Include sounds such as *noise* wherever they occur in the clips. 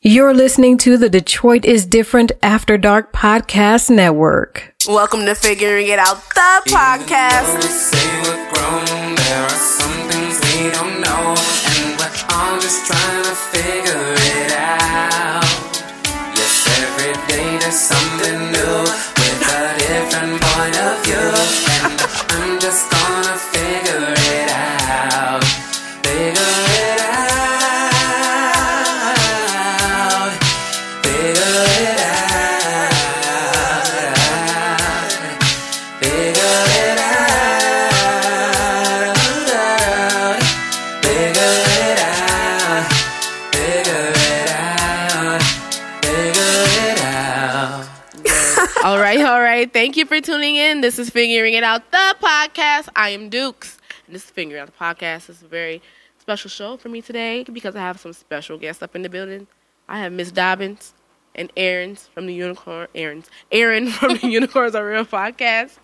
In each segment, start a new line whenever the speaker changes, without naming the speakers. You're listening to the Detroit is Different After Dark Podcast Network.
Welcome to Figuring It Out, the podcast.
All right, all right. Thank you for tuning in. This is Figuring It Out, the podcast. I am Dukes. And this is Figuring Out the Podcast. It's a very special show for me today because I have some special guests up in the building. I have Miss Dobbins and Aaron's from the Unicorn. Aaron's. Aaron from
*laughs*
the Unicorns Are Real podcast.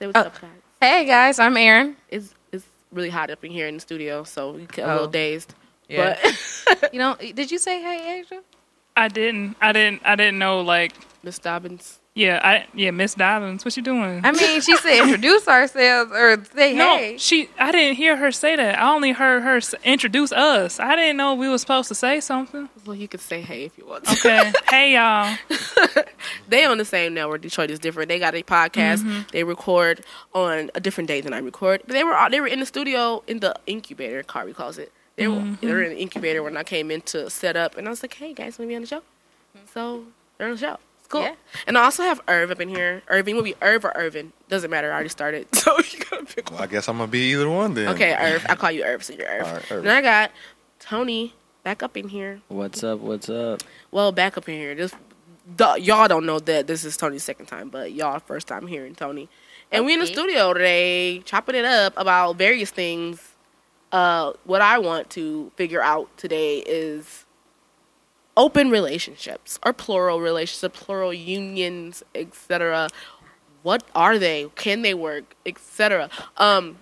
Say
Uh,
what's up, guys.
Hey guys, I'm Aaron.
It's, it's really hot up in here in the studio, so we get a
Oh.
little dazed.
Yeah.
But *laughs*
You know, did you say hey Asia?
I didn't. I didn't. I didn't know. Like,
Miss Dobbins.
yeah, I yeah, Miss Dobbins, what you doing?
I mean, she said introduce ourselves or say
no,
hey.
she. I didn't hear her say that. I only heard her s- introduce us. I didn't know we were supposed to say something.
Well, you could say hey if you want to.
Okay. hey y'all.
they on the same network. Detroit is different. They got a podcast. They record on a different day than I record. But they were all, they were in the studio in the incubator. Kari calls it. They were they were in the incubator when I came in to set up, and I was like, "Hey guys, want to be on the show?" So they're on the show. It's cool.
Yeah.
And I also have Irv up in here. Irving will be Irv or Irvin. Doesn't matter. I already started, *laughs* so you gotta pick one.
Well, I guess I'm gonna be either one then.
Okay, Irv. I'll call you Irv. So you're Irv.
All right, Irv.
And I got Tony back up in here.
What's up? What's up?
well back up in here. This duh, y'all don't know that this is Tony's second time, but y'all first time hearing Tony. And we in the
Okay.
studio today chopping it up about various things. Uh, what I want to figure out today is open relationships or plural relationships, plural unions, etc. What are they? Can they work, etc. Um,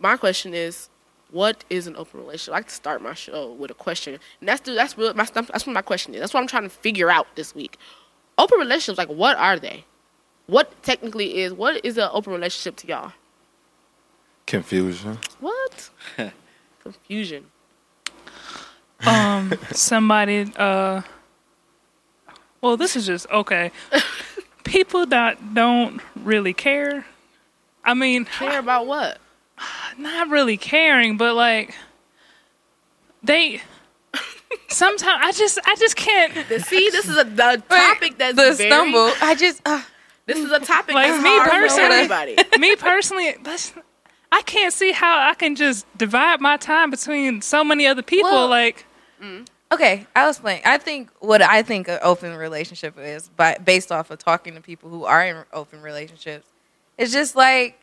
my question is, what is an open relationship? I like to start my show with a question, and that's the, that's really my that's what my question is. That's what I'm trying to figure out this week. Open relationships, like what are they? What technically is what is an open relationship to y'all?
Confusion.
What? Confusion.
Um, somebody. Uh. Well, this is just okay. People that don't really care. I mean,
Care about what?
not really caring, but like they. Sometimes I just I just can't.
See, this is a
*laughs*
the topic that's
the
very-
stumble. I just uh,
This is a topic
Like
that's
me
hard for
personally.
everybody.
*laughs* me personally, that's, I can't see how I can just divide my time between so many other people.
Well-
like,
okay. I'll explain. I think what I think an open relationship is, by based off of talking to people who are in open relationships, it's just like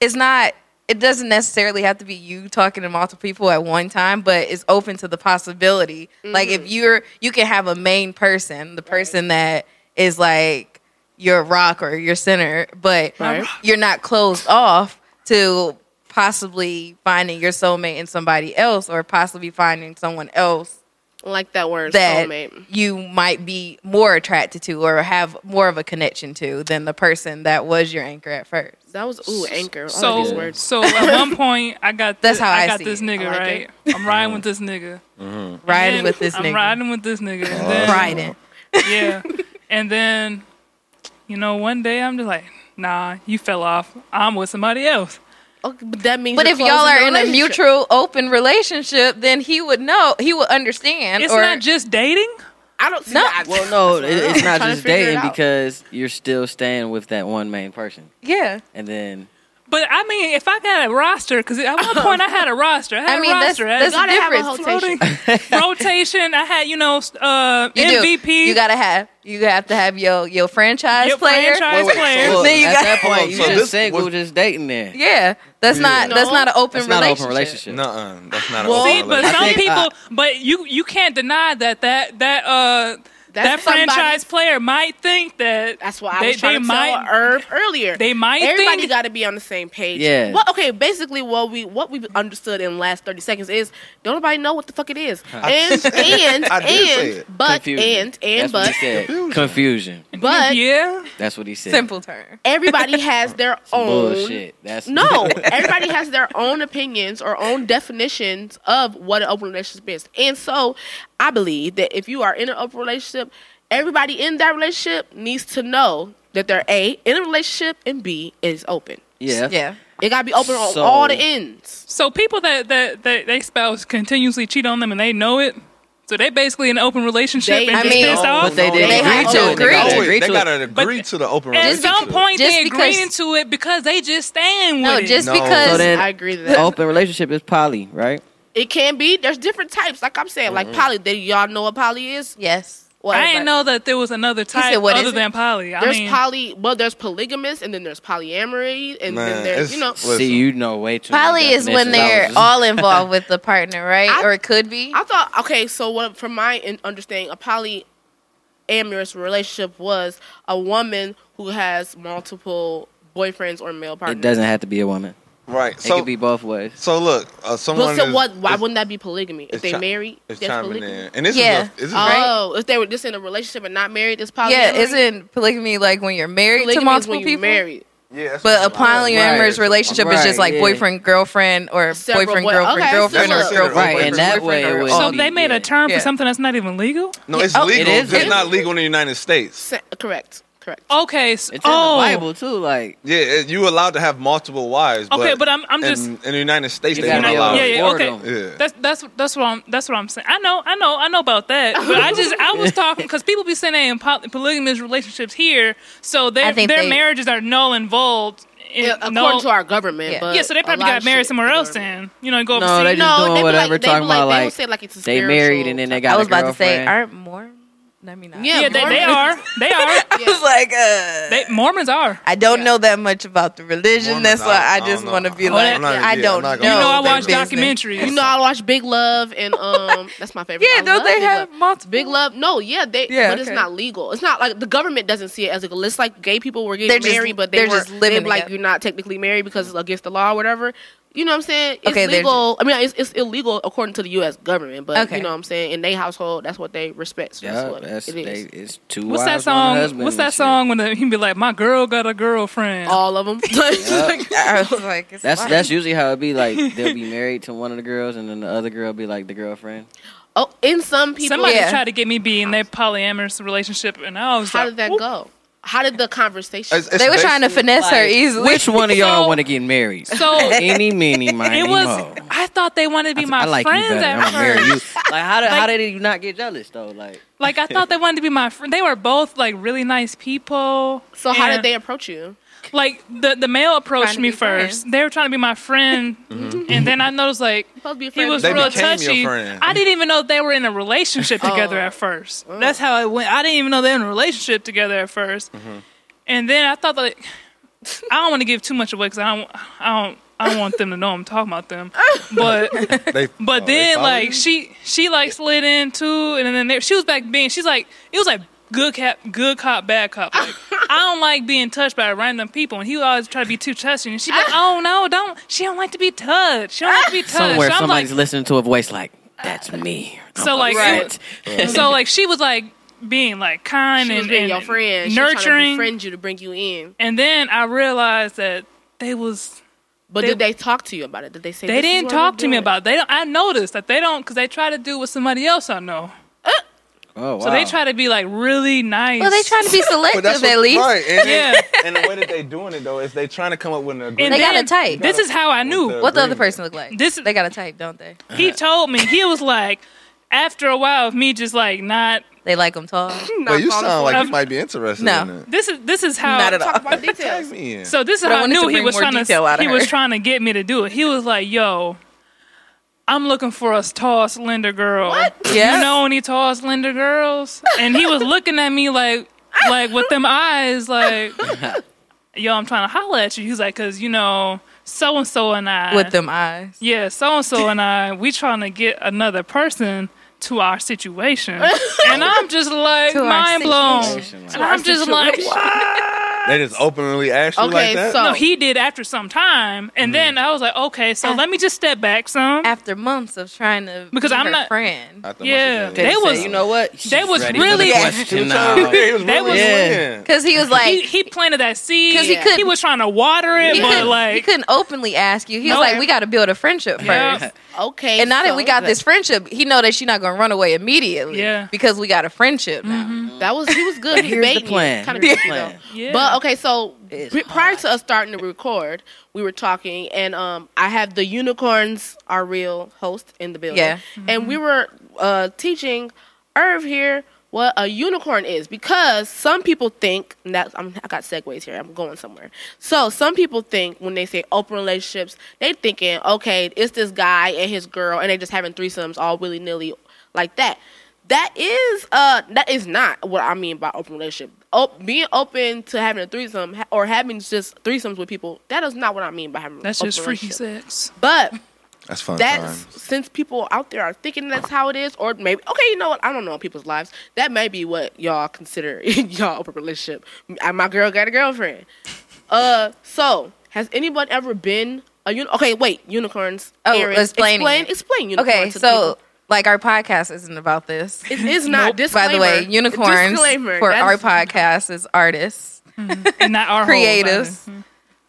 it's not. It doesn't necessarily have to be you talking to multiple people at one time, but it's open to the possibility. Like if you're, you can have a main person, the person that is like your rock or your center, but
Right.
you're not closed off to possibly finding your soulmate in somebody else or possibly finding someone else
like that word
that
soulmate.
you might be more attracted to or have more of a connection to than the person that was your anchor at first.
That was ooh anchor. All
so
of these words.
so at
*laughs*
one point I got
That's
thi-
how I
got
see
this
it.
I
nigga
like
right. I'm riding with this nigga.
Riding
Then
with this
*laughs* I'm
nigga.
riding with this nigga.
Oh.
And then,
Riding.
Yeah, and then you know one day I'm just like, nah, you fell off. I'm with somebody else.
Okay, Oh, but that means.
But
you're
if y'all
closing
are
the
in a
relationship.
mutual open relationship, then he would know, he would understand.
It's
or,
not just dating.
I don't see
No.
that.
Well, no,
That's
it,
what I'm
it's not
trying to
just
figure it
dating
out.
because you're still staying with that one main person,
yeah.
and then
But I mean, if I got a roster, because
*laughs*
at one point I had a roster. I had
I mean,
a
that's,
roster.
that's
gotta have a
different.
whole
Rotation. *laughs* rotation. I had, you know, s- uh,
You do.
MVP.
You gotta have. You have to have your your franchise
your
player.
franchise
Wait, wait,
player.
Well,
Then you
at
got-
that
Hold
point
on,
you
so
just
this
single,
was-
just dating there.
Yeah, that's
Yeah.
not that's
No.
not an open
That's not an
relationship.
open relationship.
Nuh-uh. That's not
Well,
an
See,
open
but
relationship.
some
think,
people,
uh,
but you you can't deny that that that uh that
That's
franchise
somebody's-
player might think that
That's why I
they,
was trying
they
to
might,
tell Irv earlier.
they might
Everybody
think-
got to be on the same page.
Yeah.
Well, okay. Basically, what we what we understood in the last thirty seconds is don't nobody know what the fuck
*laughs*
it is. And and
I did say
and
it.
but
Confusion.
and and
That's what
but
he said.
Confusion.
Confusion.
but
yeah,
That's what he said.
Simple term.
everybody
*laughs*
has their own
Bullshit. That's
No, everybody has their own opinions or own definitions of what an open relationship is. And so I believe that if you are in an open relationship, everybody in that relationship needs to know that they're A, in a relationship, and B, is open.
*laughs* Yeah.
Yeah.
It got to be open on
So-
all the ends.
So people that that, that they spouse continuously cheat on them and they know it. So they basically in an open relationship
They-
and
I
just
mean-
pissed
No,
off.
But they didn't
They
agree
have
to
to
it. They gotta
agree.
agree
They
to it.
gotta agree to the open
At some
relationship.
point,
Just
they
because-
agreeing to it because they just stand
No,
with
just
No.
because
So then-
I agree with that.
The open relationship is poly, right?
*laughs* It can be. There's different types. Like I'm saying, like poly. Did y'all know what poly is?
yes.
it.
Well,
I
everybody-
didn't know that there was another type
said, what
other
is it?
than poly. I
There's
mean,
poly. Well, there's polygamous, and then there's polyamory, and then
Man,
there's
it's-
you know.
Listen.
See, you know way too. many
Poly is when
definitions. I
they're
was-
all involved with the partner, right?
I-
or it could be.
I thought okay, so what from my in- understanding, a polyamorous relationship was a woman who has multiple boyfriends or male partners.
It doesn't have to be a woman.
Right.
It
So,
could be both ways.
so look, uh, someone
But so
is,
what? Why
is,
wouldn't that be polygamy if
it's
they
chi-
marry?
is
that's
chiming
polygamy.
in? And this
Yeah.
is a, this is
right?
Oh, if they were just in a relationship and not married, it's polyamory.
yeah, isn't polygamy like when you're married
polygamy
to multiple
is when you
people?
married?
yeah, that's
But a
what I'm saying.
polyamorous
Right.
relationship is just
Right,
like
yeah.
boyfriend, girlfriend, or
Several
boyfriend,
boy-
girlfriend,
okay,
girlfriend,
so
or
look.
girlfriend,
Right,
boyfriend,
and that way
boyfriend,
it
or
would
all
so
be-
these.
they made a term
Yeah.
for something that's not even legal.
No, it's
Yeah, oh,
legal.
it is
It's
legal.
not legal in the United States.
Sa- correct, correct.
Okay, so,
It's
oh,
in the Bible too. Like
Yeah, it- you allowed to have multiple wives.
Okay, but I'm- I'm
in-
just-
in, the United States
You
they
gotta
won't
be
allow.
able
yeah,
to
it.
yeah,
afford
okay.
them.
Yeah.
That's that's that's what I'm that's what I'm saying. I know, I know, I know about that. But I just I was talking because people be saying they in poly- polygamous relationships here, so their
I think
their
they-
marriages are null and vold. in-
Yeah, according
null-
to our government,
Yeah.
but
yeah, so they
a
probably
lot of
got married
shit
somewhere
is
else.
government.
Then you know, go
No,
overseas.
they just
No,
doing
they be
whatever,
like- they
talking
be like-
about,
they would
like,
say like it's a
they married and then they got
I
a
was about to say,
girlfriend.
aren't more? I mean, not. *laughs*
Yeah,
yeah, they, they
Mormons.
are.
*laughs*
They are.
I was like, uh,
They Mormons are.
I don't know that much about the religion.
Mormons,
That's why I
I- I
just
don't
want to
know.
be
I'm
like,
not-
yeah,
I
I'm
don't
not
know.
gonna-
you know, I
that
watch
that business.
documentaries.
You know, I watch Big Love and um, that's my favorite.
Yeah,
I
don't
love
they
Big
have
Love.
multiple?
Big Love? No, yeah, they.
Yeah,
but it's
okay.
not legal. It's not like the government doesn't see it as legal. It's like gay people were getting
They're just-
married, but they
they're
were
just living
they like
together.
you're not technically married because it's against the law or whatever. You know what I'm saying? It's
Okay, they're
legal. I mean, it's, it's illegal according to the U.S. government, but
Okay.
you know what I'm saying. In their household, that's what they respect. So
yeah,
that's what
that's
it
they,
is.
it's two
What's that
wives, one
song?
husband
What's
and
that
shit.
song when the, he be like, "My girl got a girlfriend."
All of them.
*laughs*
*laughs*
I was like, it's
That's
fine.
that's usually how it be.
*laughs*
Like they'll be married to one of the girls, and then the other girl be like the girlfriend.
oh, in some people,
Somebody
Yeah.
tried to get me be in their polyamorous relationship, and I was
how
like,
did that
"Whoop."
go? How did the conversation?
It's- it's
they were trying to
basically-
finesse her easily.
Which one of
So-
y'all want to get married?
So
*laughs* Any, meeny,
*laughs*
miny,
It was.
mo.
I thought they wanted to be my
I like
friends
you better.
at
I'm gonna marry
first.
you. *laughs* Like how did
Like-
how did you not get jealous though? Like
Like I thought they wanted to be my friend. They were both like really nice people.
so how did
And,
they approach you?
Like the the male
Trying
approached
to
me
be
first.
friends.
They were trying to be my friend,
Mm-hmm.
and then I noticed like
Supposed to be a
he
friend.
was
They
real
became your
touchy.
friend.
I didn't even know they were in a relationship together
Oh.
at first. That's how it went. I didn't even know they were in a relationship together at 1st
Mm-hmm.
and then I thought like I don't want to give too much away because I don't I don't I don't want them to know I'm talking about
*laughs*
them, but.
They,
But
oh, they
then
followed
like
you?
she she like slid in too, and then there, she was back being she's like it was like good cop good cop bad cop.
*laughs*
Like, I don't like being touched by random people, and he would always try to be too touchy. And she
*laughs*
like oh no don't she don't like to be touched. She don't like to be touched.
somewhere
so I'm like
somebody's listening to a voice like that's me. I'm
So, like,
upset."
so like she was like being like kind
She
and,
was being
and
your friend, She was trying to
nurturing,
befriend you to bring you in.
and then I realized that they was
But
They-
did they talk to you about it? Did they say
They
this is
didn't
what
talk
we're
to me
doing?
about. It. They don't. I noticed that they don't because they try to do what somebody else I know.
oh wow.
So they try to be like really nice.
well, they trying to be
But that's
selective
what-
at least.
Right. And,
Yeah.
and the way that they doing it though is they trying to come up with an
And
agreement.
They got
then
a type.
This is how I knew.
What the other
Agreement.
person look like?
This-
they got a type, don't they?
He told me he was like, after a while of me just like not.
They like them
*laughs*
tall.
Well, you sound like
I've-
you might be interested
No.
in it.
This is this is how.
Not at all.
Talk about
Tag
details.
me in.
So this is
But I
how I
wanted
knew
to
he
bring
was
more
trying
detail
to
out of
he was
her.
trying to get me to do it. He was like, "Yo, I'm looking for a tall, slender girl.
Yes.
You know any tall, slender girls?" And he was looking at me like, like with them
*laughs*
eyes, like, "Yo, I'm trying to holler at you." He's like, "Cause you know, so and so and I
With them eyes.
yeah, so and so and I, we trying to get another person to our situation, *laughs* and I'm just like
To our
mind blown.
situation, like-
And I'm just like, what?
They just openly ask you
Okay,
like that.
so-
No, he did after some time, and then
Mm.
I was like, okay,
Ah.
so let me just step back some.
after months of trying to
Because
be
I'm
her
not-
friend.
I thought
yeah,
I said that.
they
They
was
said,
*laughs*
You know
*laughs*
what? She's
was
ready for
really-
the
Yeah. *laughs*
question
Yeah,
now.
he was
That
really
was-
in.
Because he was like,
he, he planted that seed
'Cause
because
he
he,
couldn't-
was trying to water it,
he,
but
couldn't,
like
he couldn't openly ask you. He was
No.
like, we got to build a friendship
Yeah.
first.
Okay.
And now that we
so
got this friendship, he know that she not gonna run away immediately.
Yeah. Mm-hmm.
Because we got a friendship now.
That was he was good. He
Here's the
baiting
plan.
Kind of
Here's the
risky
plan.
though.
Yeah.
But okay, so
It's
pri- prior to us starting to record, we were talking, and um, I have the unicorns are real host in the building.
Yeah.
and we were uh teaching Irv here what a unicorn is because some people think and that I'm, I got segues here. I'm going somewhere. So some people think when they say open relationships, they thinking okay, it's this guy and his girl, and they just having threesomes all willy nilly like that. That is uh that is not what I mean by open relationship. Op- being open to having a threesome ha- or having just threesomes with people, that is not what I mean by having.
that's
open
just freaky
relationship.
sex.
But
That's fun
that's
times.
since people out there are thinking that's how it is, or maybe okay, you know what? I don't know people's lives. That may be what y'all consider *laughs* y'all open relationship. I, my girl got a girlfriend. Uh, so has anyone ever been a uni- Okay, wait, unicorns.
Oh,
Aaron,
explaining
explain,
it.
explain unicorns.
Okay,
to
so
people.
like our podcast isn't about this.
it is
By
not.
the way,
disclaimer.
unicorns
Disclaimer.
for
That
our
is-
podcast is artists,
And not our
creatives.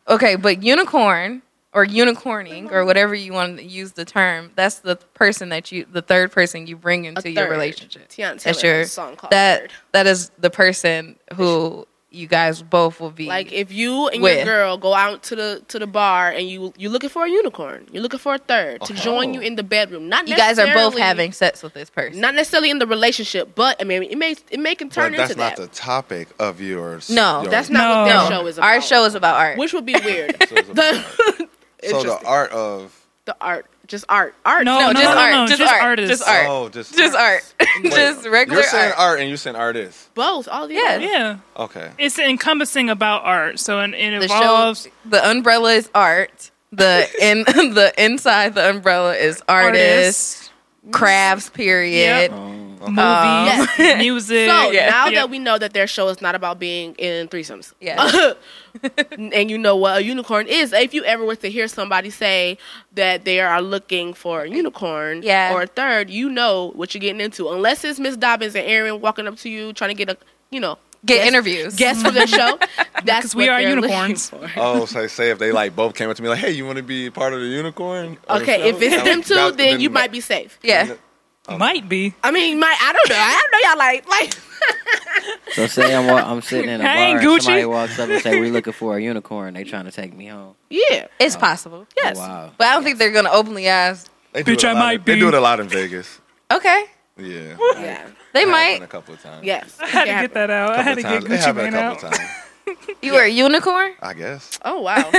Okay, but unicorn or unicorning or whatever you want to use the term, that's the person that you, the third person you bring into your
third.
relationship.
Tiana
that's
Taylor
your
has a song called
that
Third.
that is the person who you guys both will be
Like if you and
With.
your girl go out to the to the bar and you you looking for a unicorn, you're looking for a third to join you in the bedroom. Not
you guys are both
necessarily-
having sex with this person.
not necessarily in the relationship, but I mean it may it may can turn
But that's
into
not
that.
the topic of yours.
No,
that's not
No.
what their show is about.
Our show is about art.
which would be weird.
*laughs*
So, it's about- so the
*laughs* the, Interesting.
art of
the art, just art, art.
No,
no,
no,
just
no,
art.
no,
just,
just
art.
artists.
Just art.
oh, just
Just art. *laughs* just regular
You're saying
art.
art and you saying artist.
both, all the
Yeah.
yeah.
Yeah,
Okay.
it's encompassing about art, so it, it
The
involves
show, the umbrella is art. The in *laughs* the inside the umbrella is artists,
artists,
crafts. Period.
movies, Um, *laughs*
Yes.
music.
So
Yeah.
now
Yeah.
that we know that their show is not about being in threesomes,
Yeah.
*laughs* and you know what a unicorn is, if you ever were to hear somebody say that they are looking for a unicorn
Yeah.
or a third, you know what you're getting into. Unless it's Miss Dobbins and Aaron walking up to you trying to get a, you know,
Get
guest-
interviews.
*laughs*
guest for their show.
Because
That's
we
what
are
they're looking
unicorns.
for.
Oh, so say if they like both came up to me like, hey, you want to be part of the unicorn? of the
Okay,
show?"
if it's
That
them
would- that
two,
would-
then you might be safe.
yeah.
Might be.
I mean, my I don't know. I don't know y'all like like
So say I'm, wa- I'm sitting in a bar
I ain't
and somebody
Gucci.
walks up and say, we're looking for a unicorn. They trying to take me home.
yeah.
It's possible.
Yes.
Oh, wow.
But I don't think they're gonna openly ask.
They do
Bitch,
it a
I
lot
might
in- They
be.
do it a lot in Vegas.
Okay.
Yeah.
Yeah.
They
It happened
might.
A couple of times.
Yes.
I had to get that out. I had to
Couple
get
times. It
Gucci Mane
happened a couple
out.
times.
*laughs*
You were a unicorn.
*laughs* I guess.
Oh wow.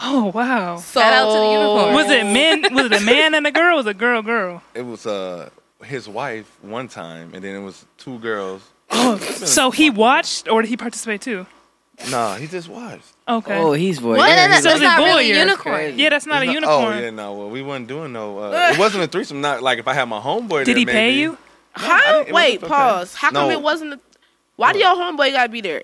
Oh wow.
So
Shout out to the unicorn.
Was it men? Was it a man and a girl? or Was it girl girl?
It was uh his wife one time, and then it was two girls.
So he watched, or did he participate too?
Nah, he just watched.
Okay.
Oh, he's voyeur.
No, no, no,
He's
So
that's
is it
not really
voyeur?
unicorn.
yeah, that's not a
It's not-
unicorn.
Oh yeah, no. Well, we wasn't doing no. Uh,
*laughs*
it wasn't a threesome. Not like if I had my homeboy.
Did
there,
he pay
maybe.
you?
How?
it
Wait,
wasn't okay.
pause. How come
No.
it wasn't? A, why do your homeboy gotta be there?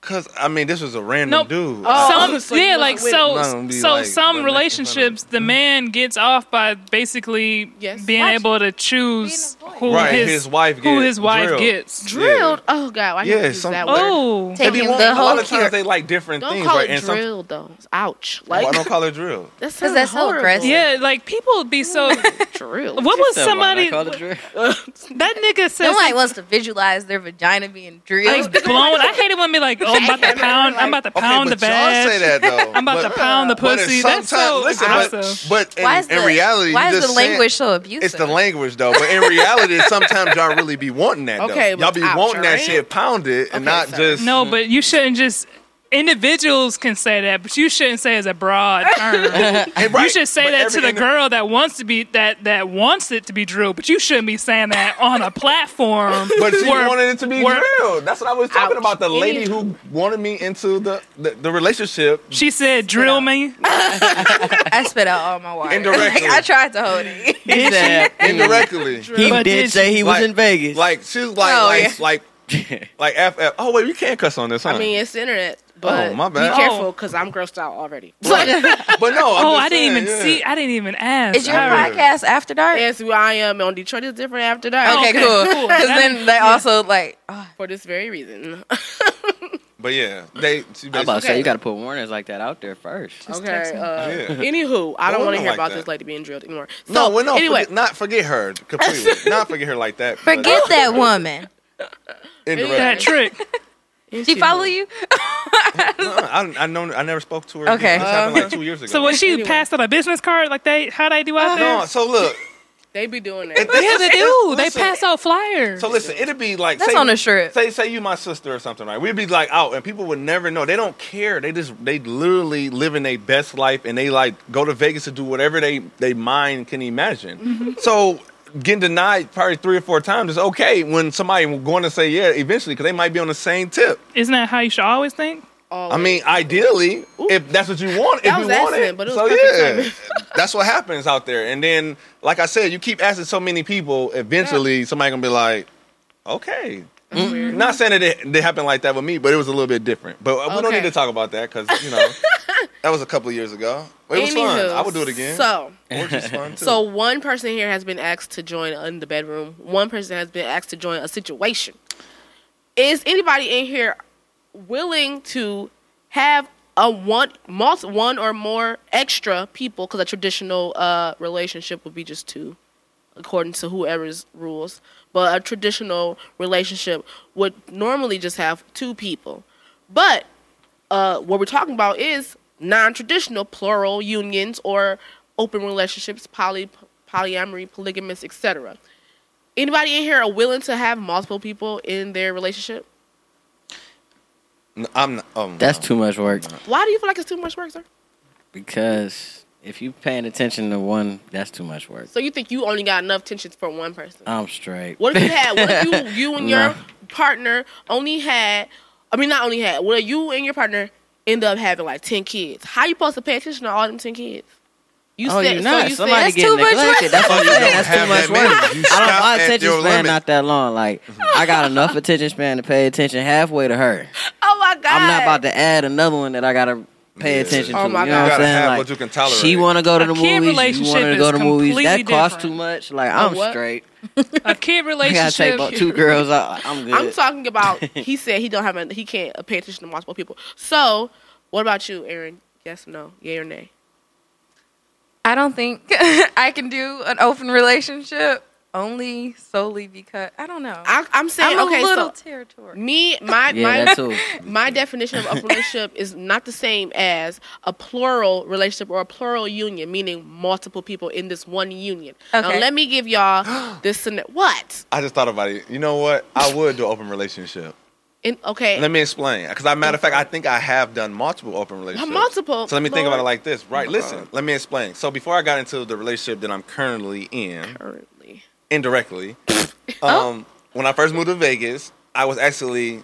Cause I mean, this was a random
Nope. Oh, some
dude. *laughs*
so you
yeah,
wasn't
like
with
so
it. No, it'd be
so
like the
some
next
relationships the
Mm-hmm.
man gets off by basically
Yes.
being
Watch.
able to choose who
right,
his,
his, wife.
who
get
his wife
drilled.
gets.
Drilled. Oh god. Why
Yeah,
yeah. Use
some-
that word?
Oh,
Take
Maybe
him
one-
the
a lot
whole
of times they like different
Don't
things,
call
right?
it
And some
drill though. Ouch.
why
Like
don't call
*laughs*
it drill?
that's
that's so
horrible.
aggressive. *laughs*
yeah, like people would be so. what
Drill.
was
Someone, I
somebody
call it drill.
that nigga said?
Nobody
some-
wants to visualize their vagina being drilled.
Like blown. I hate it when be like, oh,
*laughs*
I'm about to pound. I'm about to pound
okay,
the
but y'all say
bag.
that though.
*laughs* I'm about
but, uh,
to pound the
but in
pussy.
some
That's
time-
so
listen,
awesome.
But, but in, *laughs*
why is
in
the,
reality,
why
you
is
just
the
saying-
language so abusive?
It's the language though, but in reality, sometimes y'all really be wanting that.
Okay,
though. y'all
but
be
ouch,
wanting that
alright?
shit pounded and
Okay,
not
sir.
just
No, but you shouldn't just individuals can say that, but you shouldn't say it's a broad term.
Hey, right.
You should say
But
that
every
to the
indi-
girl that wants to be that that wants it to be drilled, but you shouldn't be saying that on a platform.
*laughs* But she
where-
wanted it to be
where-
drilled. That's what I was talking
Ouch.
about. The
Any-
lady who wanted me into the the, the relationship.
She said, "Drill me."
I spit out all my water. *laughs*
Indirectly.
Like, I tried to hold
*laughs*
it.
He said-
Indirectly,
*laughs* He
But
did
did
say
you-
he was
Like-
in Vegas.
like she's like
Oh,
like,
yeah.
like like FF. Oh wait, you can't cuss on this, huh?
I mean, it's the internet, but
my bad.
be
Oh.
careful because I'm grossed
*laughs*
out already.
but no.
*laughs* Oh,
I'm just
I didn't
saying,
even
yeah.
see. I didn't even ask.
Is your
I-
Alright.
podcast After Dark?
Yes, who I am on Detroit is different after dark.
Okay,
Okay,
cool. *laughs*
cool.
Because then they also like, oh,
For this very reason. *laughs*
But yeah, they. She
I'm about to say
Okay.
you got to put warners like that out there first.
okay. Uh,
Yeah.
Anywho, I don't
women
want to hear
like
about
that.
this lady being drilled anymore. So,
no, well, no.
Anyway,
forget- not forget her
*laughs*
completely. not forget her like that. but
forget that woman.
indirectly.
That trick.
She follow you?
No, I, I know. I never spoke to her.
Okay.
Again. This happened like two years ago.
Uh-huh. So when she
Anyway.
passed out a business card, like they how they do out there?
Uh-huh.
no, so look.
They be doing
it-
that.
Yeah, they do. They
Listen.
pass out flyers.
So listen, it'd be like
That's
say,
on a strip.
Say say you my sister or something, right? We'd be like out, and people would never know. They don't care. They just they literally living their best life, and they like go to Vegas to do whatever they they mind can imagine.
Mm-hmm.
So getting denied probably three or four times is okay when somebody going to say yeah eventually because they might be on the same tip.
Isn't that how you should always think?
I mean, ideally, if that's what you want, if
That
you
was
want it,
accident, but it was
so
perfect
yeah,
*laughs*
that's what happens out there. And then, like I said, you keep asking so many people, eventually somebody gonna be like, okay. Not saying that it, it happened like that with me, but it was a little bit different. But we don't
Okay.
need to talk about that because you
*laughs*
know that was a couple of years ago. It was fun.
Anywho,
I would do it again.
So,
Orgies fun too.
*laughs* so one person here has been asked to join in the bedroom. One person has been asked to join a situation. Is anybody in here willing to have a one, multi, one or more extra people? Because a traditional uh, relationship would be just two, according to whoever's rules. But a traditional relationship would normally just have two people. But uh, what we're talking about is non-traditional plural unions or open relationships, poly, polyamory, polygamous, etc. Anybody in here are willing to have multiple people in their relationship?
N- I'm not, um,
That's too much work
Why do you feel like it's too much work, sir?
because if you paying attention to one, that's too much work.
So you think you only got enough tensions for one person?
I'm straight. *laughs*
What if you had? What if you, you and your
Um, Nah.
partner only had? I mean, not only had. What if you and your partner end up having like ten kids? How you supposed to pay attention to all them ten kids? You
Oh,
said
you're not.
so. You
Somebody
That's
said,
too
getting
much
neglected.
work.
That's what
You
I'm
don't
saying. That's too
have
much
that many.
work.
You
I don't.
stop
My
at
attention
your
span
limit.
not that long. Like I got enough attention span to pay attention halfway to her.
"Oh my god!"
I'm not about to add another one that I gotta pay
Yeah.
attention
Oh
to.
my
you know
You
what
God.
I'm
gotta
saying?
have
like,
what you can tolerate.
She want to go to
A
the
kid
movies. You
relationship
want to go
is
to movies. That
completely
costs too
different.
much. Like I'm
what?
straight.
*laughs*
A kid
I gotta
relationship.
take about two girls. I, I'm good.
I'm talking
*laughs*
about. He said he don't have. A, he can't pay attention to multiple people. So, what about you, Aaron? Yes, no, yay or nay?
I don't think *laughs* I can do an open relationship only solely because I don't know.
I, I'm saying
I'm a
okay.
little
So
territory.
me, my
yeah,
my
that too.
my definition of a relationship is not the same as a plural relationship or a plural union, meaning multiple people in this one union. Now,
Okay.
let me
*gasps*
give y'all this. and that- What?
I just thought about it. You know what? I would do open relationship.
In, okay.
Let me explain. Because, a matter of fact, I think I have done multiple open relationships.
Multiple?
So let me think about it
Lord. Oh
like this. Right. Listen. Let me explain. So before I got into the relationship that I'm currently in,
Currently. *laughs*
indirectly, um,
Oh.
when I first moved to Vegas, I was actually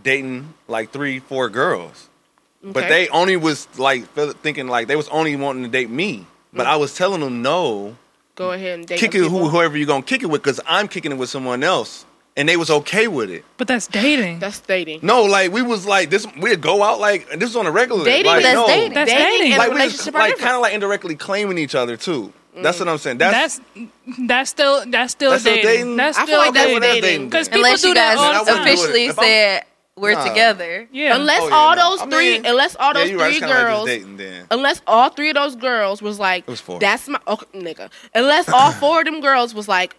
dating like three, four girls, but
Okay.
they only was like feel- thinking like they was only wanting to date me. But I was telling them no,
Go ahead and Mm. date
kick it
other
who,
people.
whoever you're gonna kick it with, because I'm kicking it with someone else, and they was okay with it.
but that's dating.
That's dating.
No, like we was like this. We'd go out like and this was on a regular.
Dating
like,
is
no.
dating.
That's
dating
dating.
and
Like
a
we
relationship
just
are
like
different.
kind of like indirectly claiming each other too. That's what I'm saying. That's,
That's that's still that's still
That's still
dating.
dating?
That's
I
still
feel like that's
dating.
dating.
Because people
Unless
do
you
that
guys
all the
I
time.
wouldn't do it.
officially
If I'm-
said we're
Nah.
together.
Yeah.
Unless
Oh, yeah,
all
no.
those
I mean,
three, unless all
yeah,
those
you're right. It's
three
kinda like just
girls,
dating then.
unless all three of those girls was like,
was four.
that's my okay, nigga. Unless all four of them girls was like,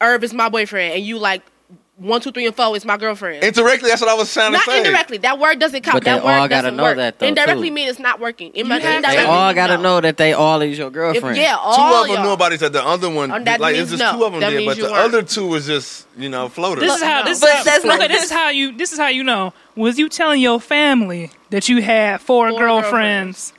Herb is my boyfriend, and you like one, two, three, and four is my girlfriend.
Indirectly, that's what I was trying
not
to say.
indirectly. That word doesn't count.
But they
that word
all gotta
doesn't
know
work.
that, though,
indirectly
too.
mean it's not working. It might-
They,
indirectly
all
means
gotta
no.
know that they all is your
If-
girlfriend.
yeah,
Two
all
of them
y'all.
knew about each other. The other one,
Um, that
like it's
means
just
no.
two of them
That
did,
means
but
you
the
weren't.
other two was just you know floaters.
This is how this is
But
how,
that's not-
look, this is how you this is how you know. Was you telling your family that you had four,
Four
girlfriends?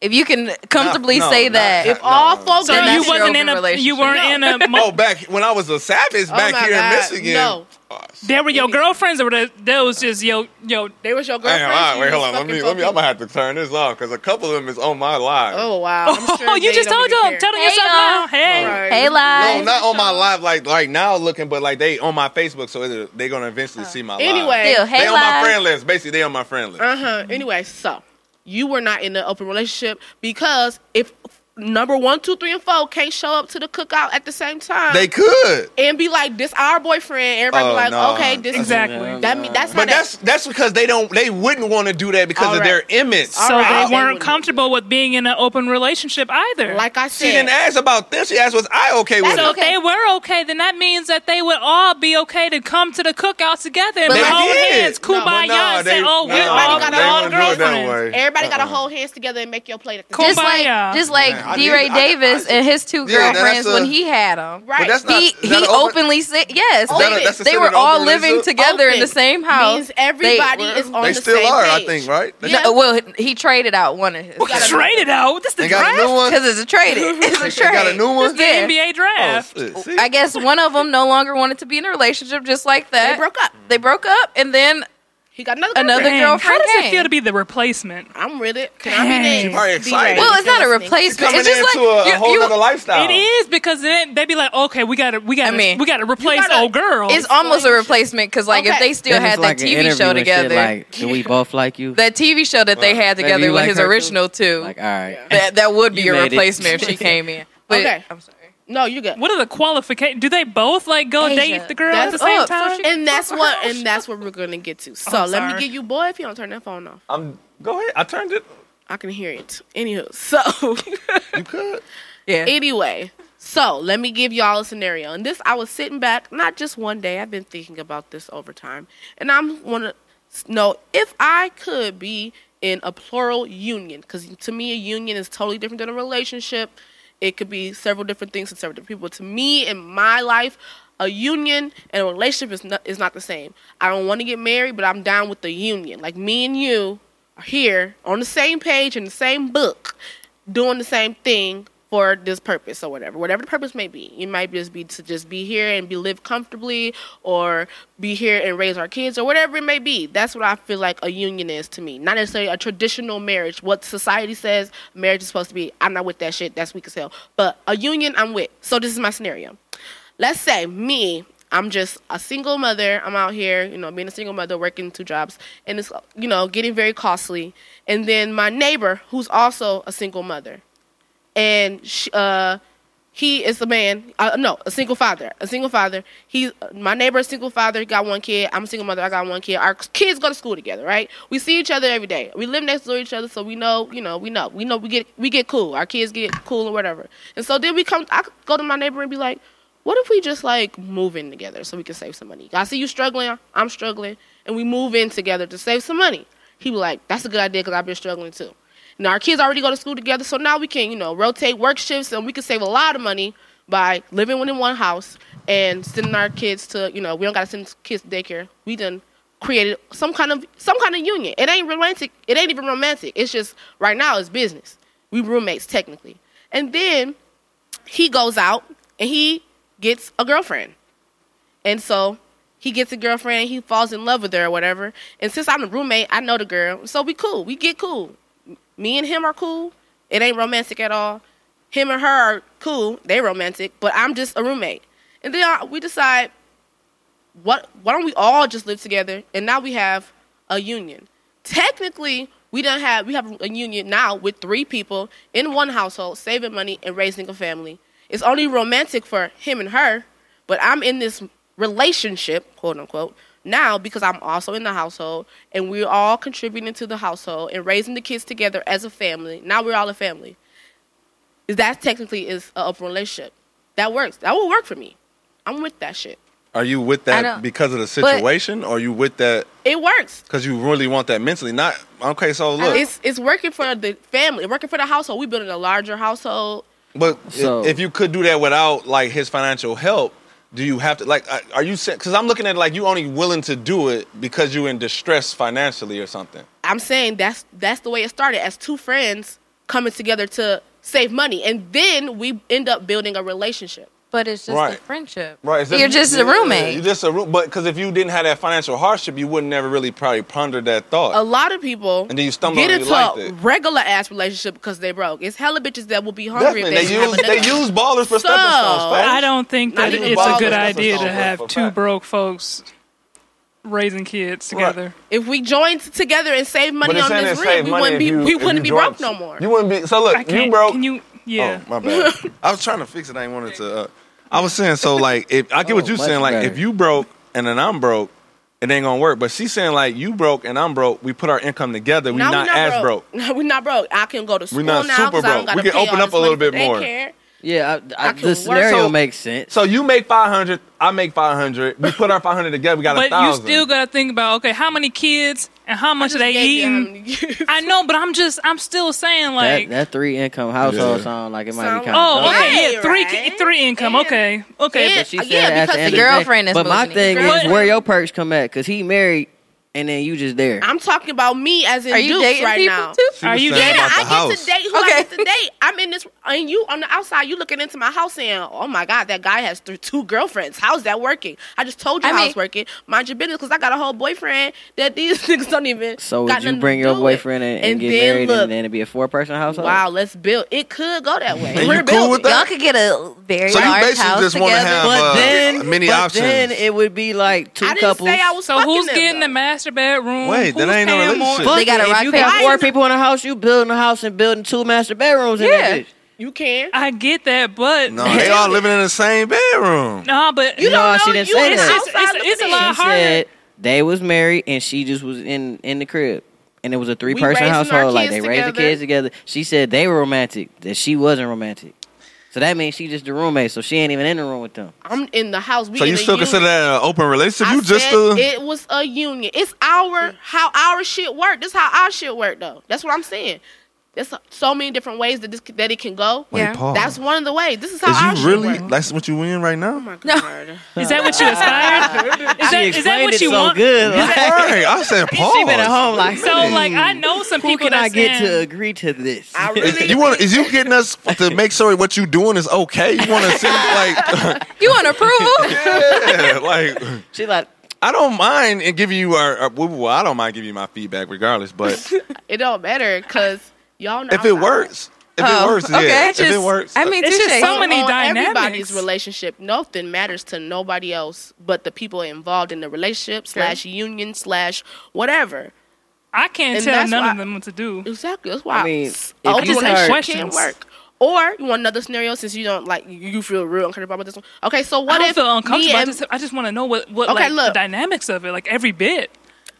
If you can comfortably
no,
say
not-
that,
not-
If all
No.
four
So
Then
you
girls,
that's your
wasn't
open
in a you
relationship.
weren't in a mo- *laughs*
oh, back when I was a savage back
Oh, my
here
God.
in Michigan.
No.
Oh,
They were your girlfriends, or were those just yo yo?
they was your
Damn,
girlfriend.
all right, wait, hold on. Let me, let me. I'm gonna have to turn this off because a couple of them is on my live.
*laughs*
Oh wow!
Oh,
I'm sure
you
they
just
don't
told
even
them,
care.
tell them
Hey,
yourself
y'all.
now. Hey,
Right.
hey,
No,
live.
not on my live. Like like now looking, but like they on my Facebook, so it- they gonna eventually see my live.
Anyway,
Still, hey,
they on my
live.
friend list. Basically, they on my friend list.
Uh huh. Anyway, so you were not in an open relationship because if number one, two, three, and four can't show up to the cookout at the same time
They could,
and be like, "This our boyfriend," everybody
Oh,
be like,
no.
"Okay, this
Exactly.
Is, that mean that's how
but that's that's because they don't. They wouldn't want to do that because
All
of
right.
their image.
So
uh, All right.
they weren't
They
comfortable with being in an open relationship either.
that, like I
She didn't
said.
ask about them. She asked, "Was I okay with
so
it?"
if they were okay, then that means that they would all be okay to come to the cookout together and
But
hold
like-
They did.
hands,
But
kumbaya, and say, "Oh, we're
no,
all,
they
we're all
wouldn't do it that
girlfriends."
Everybody got to
Uh-huh.
hold hands together and make your plate at the
Cool.
same
just
Kumbaya.
like just like
Man, I
D.
need-
Ray
I-
Davis
I-
and his two
Yeah, that's
girlfriends
a-
when he had them.
Right.
But that's not.
He
is that
he
an open-
openly said yes.
Is that a-
they
that's
they
considered
were
an
all
open
living
relationship?
together in the
Open
same house.
Means everybody
They-
is on
They
the
still
same
are, I
page.
think, right? They-
Yeah.
No, well, he traded out one of his
*laughs*
gotta-
Traded out. This the
They got a
draft.
new one.
because it's a trade.
*laughs*
It's a
They
trade.
got a new one.
The
Yeah.
NBA
Oh,
draft.
shit, see?
I guess one of them no longer wanted to be in a relationship, just like that.
They broke up.
They broke up, and then
He got another
Another
girlfriend.
Dang,
girlfriend
How does it
came.
feel to be the replacement?
I'm with it. Can I be
Dang.
named?
She
probably
D-Ray,
excited.
if
well, it's
you're
not a
listening.
replacement.
coming
It's just
into
like
a, a
you-
whole
you-
other lifestyle.
It is because then they'd be like, okay, we gotta, we gotta,
mean,
we gotta replace
gotta-
old girls.
It's almost a replacement because, like, if
Okay.
they still
Then it's
had
like
that
an
TV
interview
show
and shit,
together,
like, do we both like you?
that TV show that they had
Maybe
together
you
with
like
his
her too?
original two,
like, all right.
that that would be
You
a
made it.
replacement
*laughs*
if she came in. But,
Okay.
I'm sorry.
No, you good.
what are the qualifications? Do they both like go
Asia,
date the girl at
that's
the same
up. So
time?
she-
And that's what and that's what we're gonna get to. So
I'm
let me
sorry.
give you boy if you don't turn that phone off.
I'm. Go ahead. I turned it.
I can hear it. Anywho, so *laughs*
You could.
Yeah.
anyway, so let me give y'all a scenario. And this I was sitting back, not just one day, I've been thinking about this over time. And I'm wanna s- know if I could be in a plural union, because to me a union is totally different than a relationship. It could be several different things to several different people. To me, in my life, a union and a relationship is not, is not the same. I don't want to get married, but I'm down with the union. Like me and you are here on the same page in the same book, doing the same thing for this purpose or whatever, whatever the purpose may be. It might just be to just be here and be live comfortably, or be here and raise our kids, or whatever it may be. That's what I feel like a union is to me. Not necessarily a traditional marriage. What society says marriage is supposed to be. I'm not with that shit. That's weak as hell. But a union, I'm with. So this is my scenario let's say me i'm just a single mother i'm out here you know being a single mother working two jobs and it's you know getting very costly and then my neighbor who's also a single mother and sh uh, he is a man. Uh, no, a single father. A single father. He, my neighbor, is a single father, got one kid. I'm a single mother. I got one kid. Our kids go to school together, right? We see each other every day. We live next door to each other, so we know, you know, we know, we know. We get, we get cool. Our kids get cool or whatever. And so then we come. I go to my neighbor and be like, "What if we just like move in together so we can save some money? I see you struggling. I'm struggling, and we move in together to save some money." He be like, "That's a good idea because I've been struggling too." Now our kids already go to school together, so now we can, you know, rotate work shifts and we can save a lot of money by living within one house and sending our kids to, you know, we don't gotta send kids to daycare. We done created some kind of some kind of union. It ain't romantic. It ain't even romantic. It's just right now it's business. We roommates technically. And then he goes out and he gets a girlfriend. And so he gets a girlfriend, he falls in love with her or whatever. And since I'm a roommate, I know the girl. So we cool. We get cool me and him are cool. It ain't romantic at all. Him and her are cool. They romantic, but I'm just a roommate. And then uh, we decide, what? Why don't we all just live together? And now we have a union. Technically, we don't have we have a union now with three people in one household, saving money and raising a family. It's only romantic for him and her, but I'm in this relationship, quote unquote, now because I'm also in the household and we're all contributing to the household and raising the kids together as a family. Now we're all a family. That technically is a open relationship. That works. That will work for me. I'm with that shit.
Are you with
I
that
don't-
because of the situation, or are you with that
It works.
because you really want that mentally? Not okay. So look,
It's it's working for the family, working for the household. We building a larger household.
But i-
So-
if you could do that without like his financial help, do you have to like? I- Are you because I'm looking at it like you only willing to do it because you're in distress financially or something?
I'm saying that's that's the way it started as two friends coming together to save money, and then we end up building a relationship.
But it's just
Right.
a friendship.
Right, it's
You're just a
yeah,
roommate.
You're just a room, but because if you didn't have that financial hardship, you would not never really probably pondered that thought.
A lot of people
And then you stumble on
get
it, you
into
liked it.
regular ass relationship because they broke. It's hella bitches that will be hungry
Definitely,
if
they
they, didn't
use they
have a nigga.
use ballers for
So,
stepping stones. Facts.
I don't think
Not
that
even
it's a
bothers
good
us, that's
idea
all
to
for- for
have two
fact.
broke folks raising kids
Right.
together.
If we joined together and saved
But
money
it's
on
saying
this
that
rent,
save
we
money
wouldn't
if
be
you-
we
if
wouldn't be
you
broke
joined-
no more.
You wouldn't be. So
I
look,
can't.
you broke.
Can you? Yeah.
Oh, my bad. I was trying to fix it. I didn't want it to. Uh, I was saying so like if I get
Oh,
what you're
much
saying like
better.
if you broke and then I'm broke, it ain't gonna work. But she's saying like you broke and I'm broke. We put our income together. We
No,
not, as broke.
*laughs* No, we're not broke. I can go to school
not
now
super
'cause I don't
broke. We
gotta
can
pay
open
all
up
this
a little
money for
bit more.
daycare.
Yeah, I, I,
I can
the scenario
work.
makes sense.
So you make five hundred. I make five hundred. We put our five hundred together. We got a
But you
thousand.
still gotta think about okay, how many kids and how much are they
Gave um, you how
eating?
*laughs* many years.
I know, but I'm just I'm still saying like
that, that three income household
Yeah.
sound like it might
Sound
be kind
oh
of.
Right,
okay yeah three
right.
three income okay okay
Yeah.
but
She
Uh,
said
yeah,
at
because
the end
the
of day-
girlfriend is
But my
moving in.
thing
But-
is where your perks come at, cause he married, and then you just there.
I'm talking about me as in
Are you
Dukes
dating
right
people
now.
too?
She was
Are you
saying
getting-
Yeah,
about the
I get
house.
to date who
Okay.
I get to date. I'm in this, and you on the outside. You looking into my house saying, "Oh my God, that guy has th- two girlfriends. How's that working?" I just told you
I
how
mean-
it's working. Mind your business, because I got a whole boyfriend that these *laughs* niggas don't even.
so
got
would you
nothing
bring
to
your
do
boyfriend
with.
and, and, get
then
married,
look,
and then it'd be a four person household?
Wow, let's build. It could go that way.
And you
We're
cool with
building.
Y'all
that?
could get a very
So you
large
basically
house
just wanna
together.
have-
But
Uh,
then,
many
but
options.
then it would be like two
I didn't
couples.
say I was.
so
fucking
who's
them,
getting
though.
the master bedroom
Wait, that
who's
ain't no
paying
relationship.
more
Fuck
They gotta
it, if
rock
you
paper.
got
Why
four
is it-
people in a house, you building a house and building two master bedrooms. in that
Yeah.
bitch.
You can.
I get that but
No, they all living in the same bedroom.
nah, but
You
No,
don't know.
she didn't
you
say
on the
that.
outside
It's- it's-
looking
it's a
in.
lot
she
harder.
said they was married and she just was in in the crib and it was a three person
raising our
household like they
kids
raised the
together.
kids together she said they were romantic that she wasn't romantic so that means she just the roommate so she ain't even in the room with them
I'm in the house. We
So
in
you
a
still
union.
consider that an open relationship?
I
You just
said
uh,
it was a union. It's our how our shit work. This how our shit work though. That's what I'm saying. There's so many different ways that this that it can go.
Wait,
Yeah.
Paul,
That's one of the ways. This is how our
Is you really?
shit work.
That's what you in right
Oh
now?
my god.
is that
*laughs*
what you aspire is that, is that
Explained
what
it
you
so
want
good like,
Right. I said Paul.
she been at home like
so like I know some
who
people
can I
that's in-
get to agree to this
I really
Is- you want is you getting us to make sure what you doing is okay? You want to see like *laughs*
You want approval?
yeah, like
she like
I don't mind and giving you our, our well, I don't mind giving you my feedback regardless,
*laughs*
but
*laughs* it don't matter because y'all know
if it
how I
works, if
Oh,
it works, yeah,
okay. I
if it
just-
works,
I mean,
It's just
touche.
so
work.
many
on
dynamics.
everybody's relationship, nothing matters to nobody else but the people involved in the relationship slash union slash whatever.
I can't
And
tell
that's
none
why-
of them what to do
Exactly. That's why
I mean,
s-
if
open
you
relationship
start-
can't work. Or you want another scenario since you don't like you- you feel real uncomfortable about this one. Okay, so what
I don't
if
feel
me
uncomfortable I
and-
just I just want to know what what
Okay,
like the
look.
dynamics of it like every bit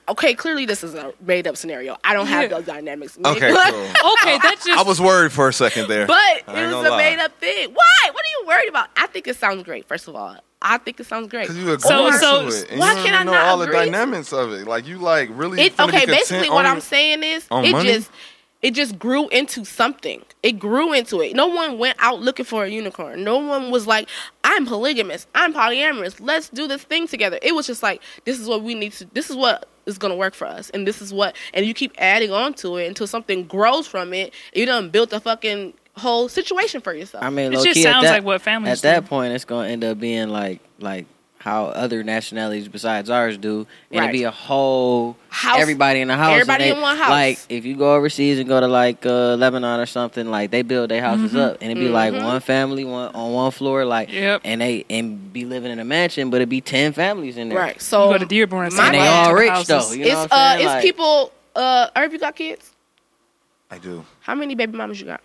okay, clearly this is a made up scenario. I don't have
Yeah.
those dynamics.
uh,
*laughs*
okay, cool.
okay that's just
I was worried for a second there,
But
I ain't
it was
gonna
a
lie.
made up thing. Why? What are you worried about? I think it sounds great. First of all, I think it sounds great.
'Cause you agree
So-
to
so-
it, and
why
you don't even
can I
know
not
all the
agree?
dynamics of it? Like you like really
it
finna be
okay
content
basically
on
what
your-
i'm saying is
on
it
money?
just it just grew into something it grew into it no one went out looking for a unicorn no one was like i'm polygamous i'm polyamorous let's do this thing together it was just like this is what we need to this is what is going to work for us and this is what and you keep adding on to it until something grows from it you done built a fucking whole situation for yourself
I mean,
It
low
just
key,
sounds
at that,
like what families
At that
do.
point, it's gonna end up being like like how other nationalities besides ours do, and
Right.
it'd be a whole
House-
everybody in the house. and
everybody
they-
in one house.
Like if you go overseas and go to like uh, Lebanon or something, like they build their houses
Mm-hmm.
up, and it'd be like one family one on one floor, like
Yep.
and they and be living in a mansion, but it'd be ten families in there,
right
you
so
go to Dearborn and,
Oh, my-
say
And they
welcome to
all
the
rich
houses.
though. You know
it's
what I'm
uh
saying?
it's
Like,
people uh have you got kids
I do.
how many baby mamas you got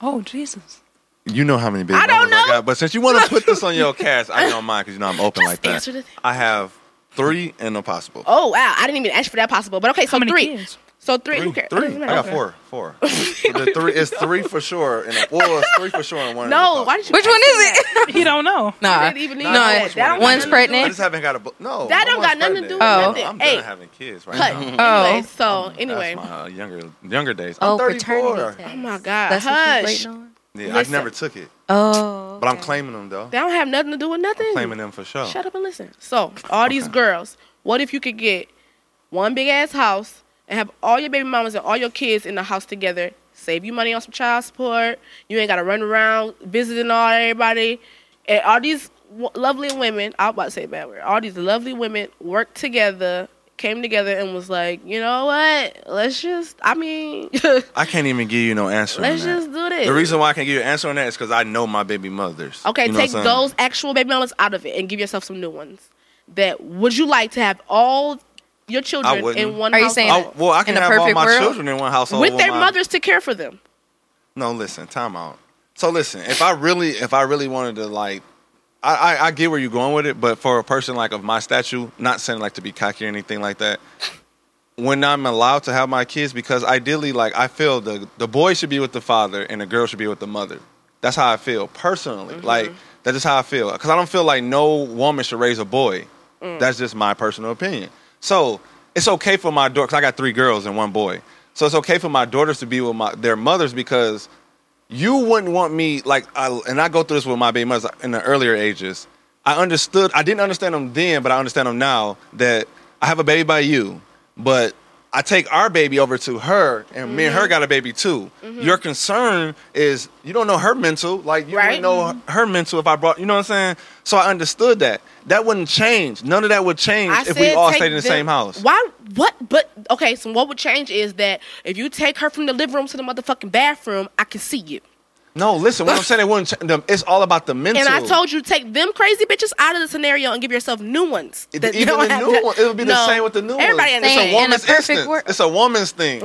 oh Jesus
You know how many baby
I don't
mamas I
know.
got, but since you
*laughs*
want to put this on your cast, I don't mind because you know I'm open like that.
answer the thing.
I have three and a possible.
oh wow i didn't even ask for that possible but okay
how
so
many
three
kids
So three. Mm-hmm.
Three,
who cares?
three.
Doesn't
I
matter.
got four, four.
*laughs*
the three, it's three for sure, and well, it's three for sure and one.
No, why did you?
Which one is it? *laughs*
He don't
*laughs*
know.
Nah.
didn't even need
no,
that.
it's-
That don't got
one's
nothing to do with
I
pregnant.
just haven't got a. bu- No, no
That don't
one's
got nothing to do with
pregnant.
nothing.
I'm
Hey.
done having kids right *laughs*
Cut. *laughs*
now.
Oh.
Okay, so anyway.
That's my uh, younger younger days. I'm
Oh,
34.
paternity test.
Oh my God.
That's what you
Hush.
waiting on?
Yeah, I
Listen.
never took it,
Oh.
but I'm
okay.
claiming them though.
They don't have nothing to do with nothing.
I'm claiming them for sure.
Shut up and listen. So, all these girls, what if you could get one big ass house and have all your baby mamas and all your kids in the house together? Save you money on some child support. You ain't gotta run around visiting all everybody. And all these w- lovely women, I was about to say a bad word. All these lovely women worked together, came together, and was like, you know what? Let's just. I mean, *laughs* let's
I can't even give you no answer. on that.
just do this. *laughs*
The reason why I can't give you an answer on that is because I know my baby mothers.
Okay,
You know
take
what I'm saying?
those actual baby mamas out of it and give yourself some new ones. That would you like to have all your
I
children
wouldn't.
in one
Are you
household
saying
I, Oh, well, I can
In a
have all
perfect
my
world?
children in one household
with their
my,
mothers to care for them?
No, listen, time out. So listen, if I really, if I really wanted to, like, I, I, I get where you're going with it, but for a person like of my stature, not saying like to be cocky or anything like that, when I'm allowed to have my kids, because ideally, like, I feel the the boy should be with the father and the girl should be with the mother. That's how I feel personally. Like, that's just how I feel. Because I don't feel like no woman should raise a boy. That's just my personal opinion. So it's okay for my daughter, because I got three girls and one boy. So it's okay for my daughters to be with my their mothers because you wouldn't want me like I, and I go through this with my baby mothers in the earlier ages. I understood I didn't understand them then, but I understand them now that I have a baby by you, but I take our baby over to her and me and her
Mm-hmm.
got a baby too. Your concern is you don't know her mental, like you
Right. Mm-hmm.
wouldn't know her mental if I brought you know what I'm saying? So I understood that. That wouldn't change. None of that would change
I
if we all
take
stayed in the
them-
same house.
Why? What? But okay. So what would change is that if you take her from the living room to the motherfucking bathroom, I can see you.
No, listen, what I'm saying it wouldn't ch- the- it's all about the mental.
And I told you take them crazy bitches out of the scenario and give yourself new ones.
It-
that
even
don't
the
have
new
that-
one, it would be the
No.
same with the new
Everybody
one.
in the
it's
Same.
a
same.
woman's
In a perfect
instance.
world.
It's a woman's thing.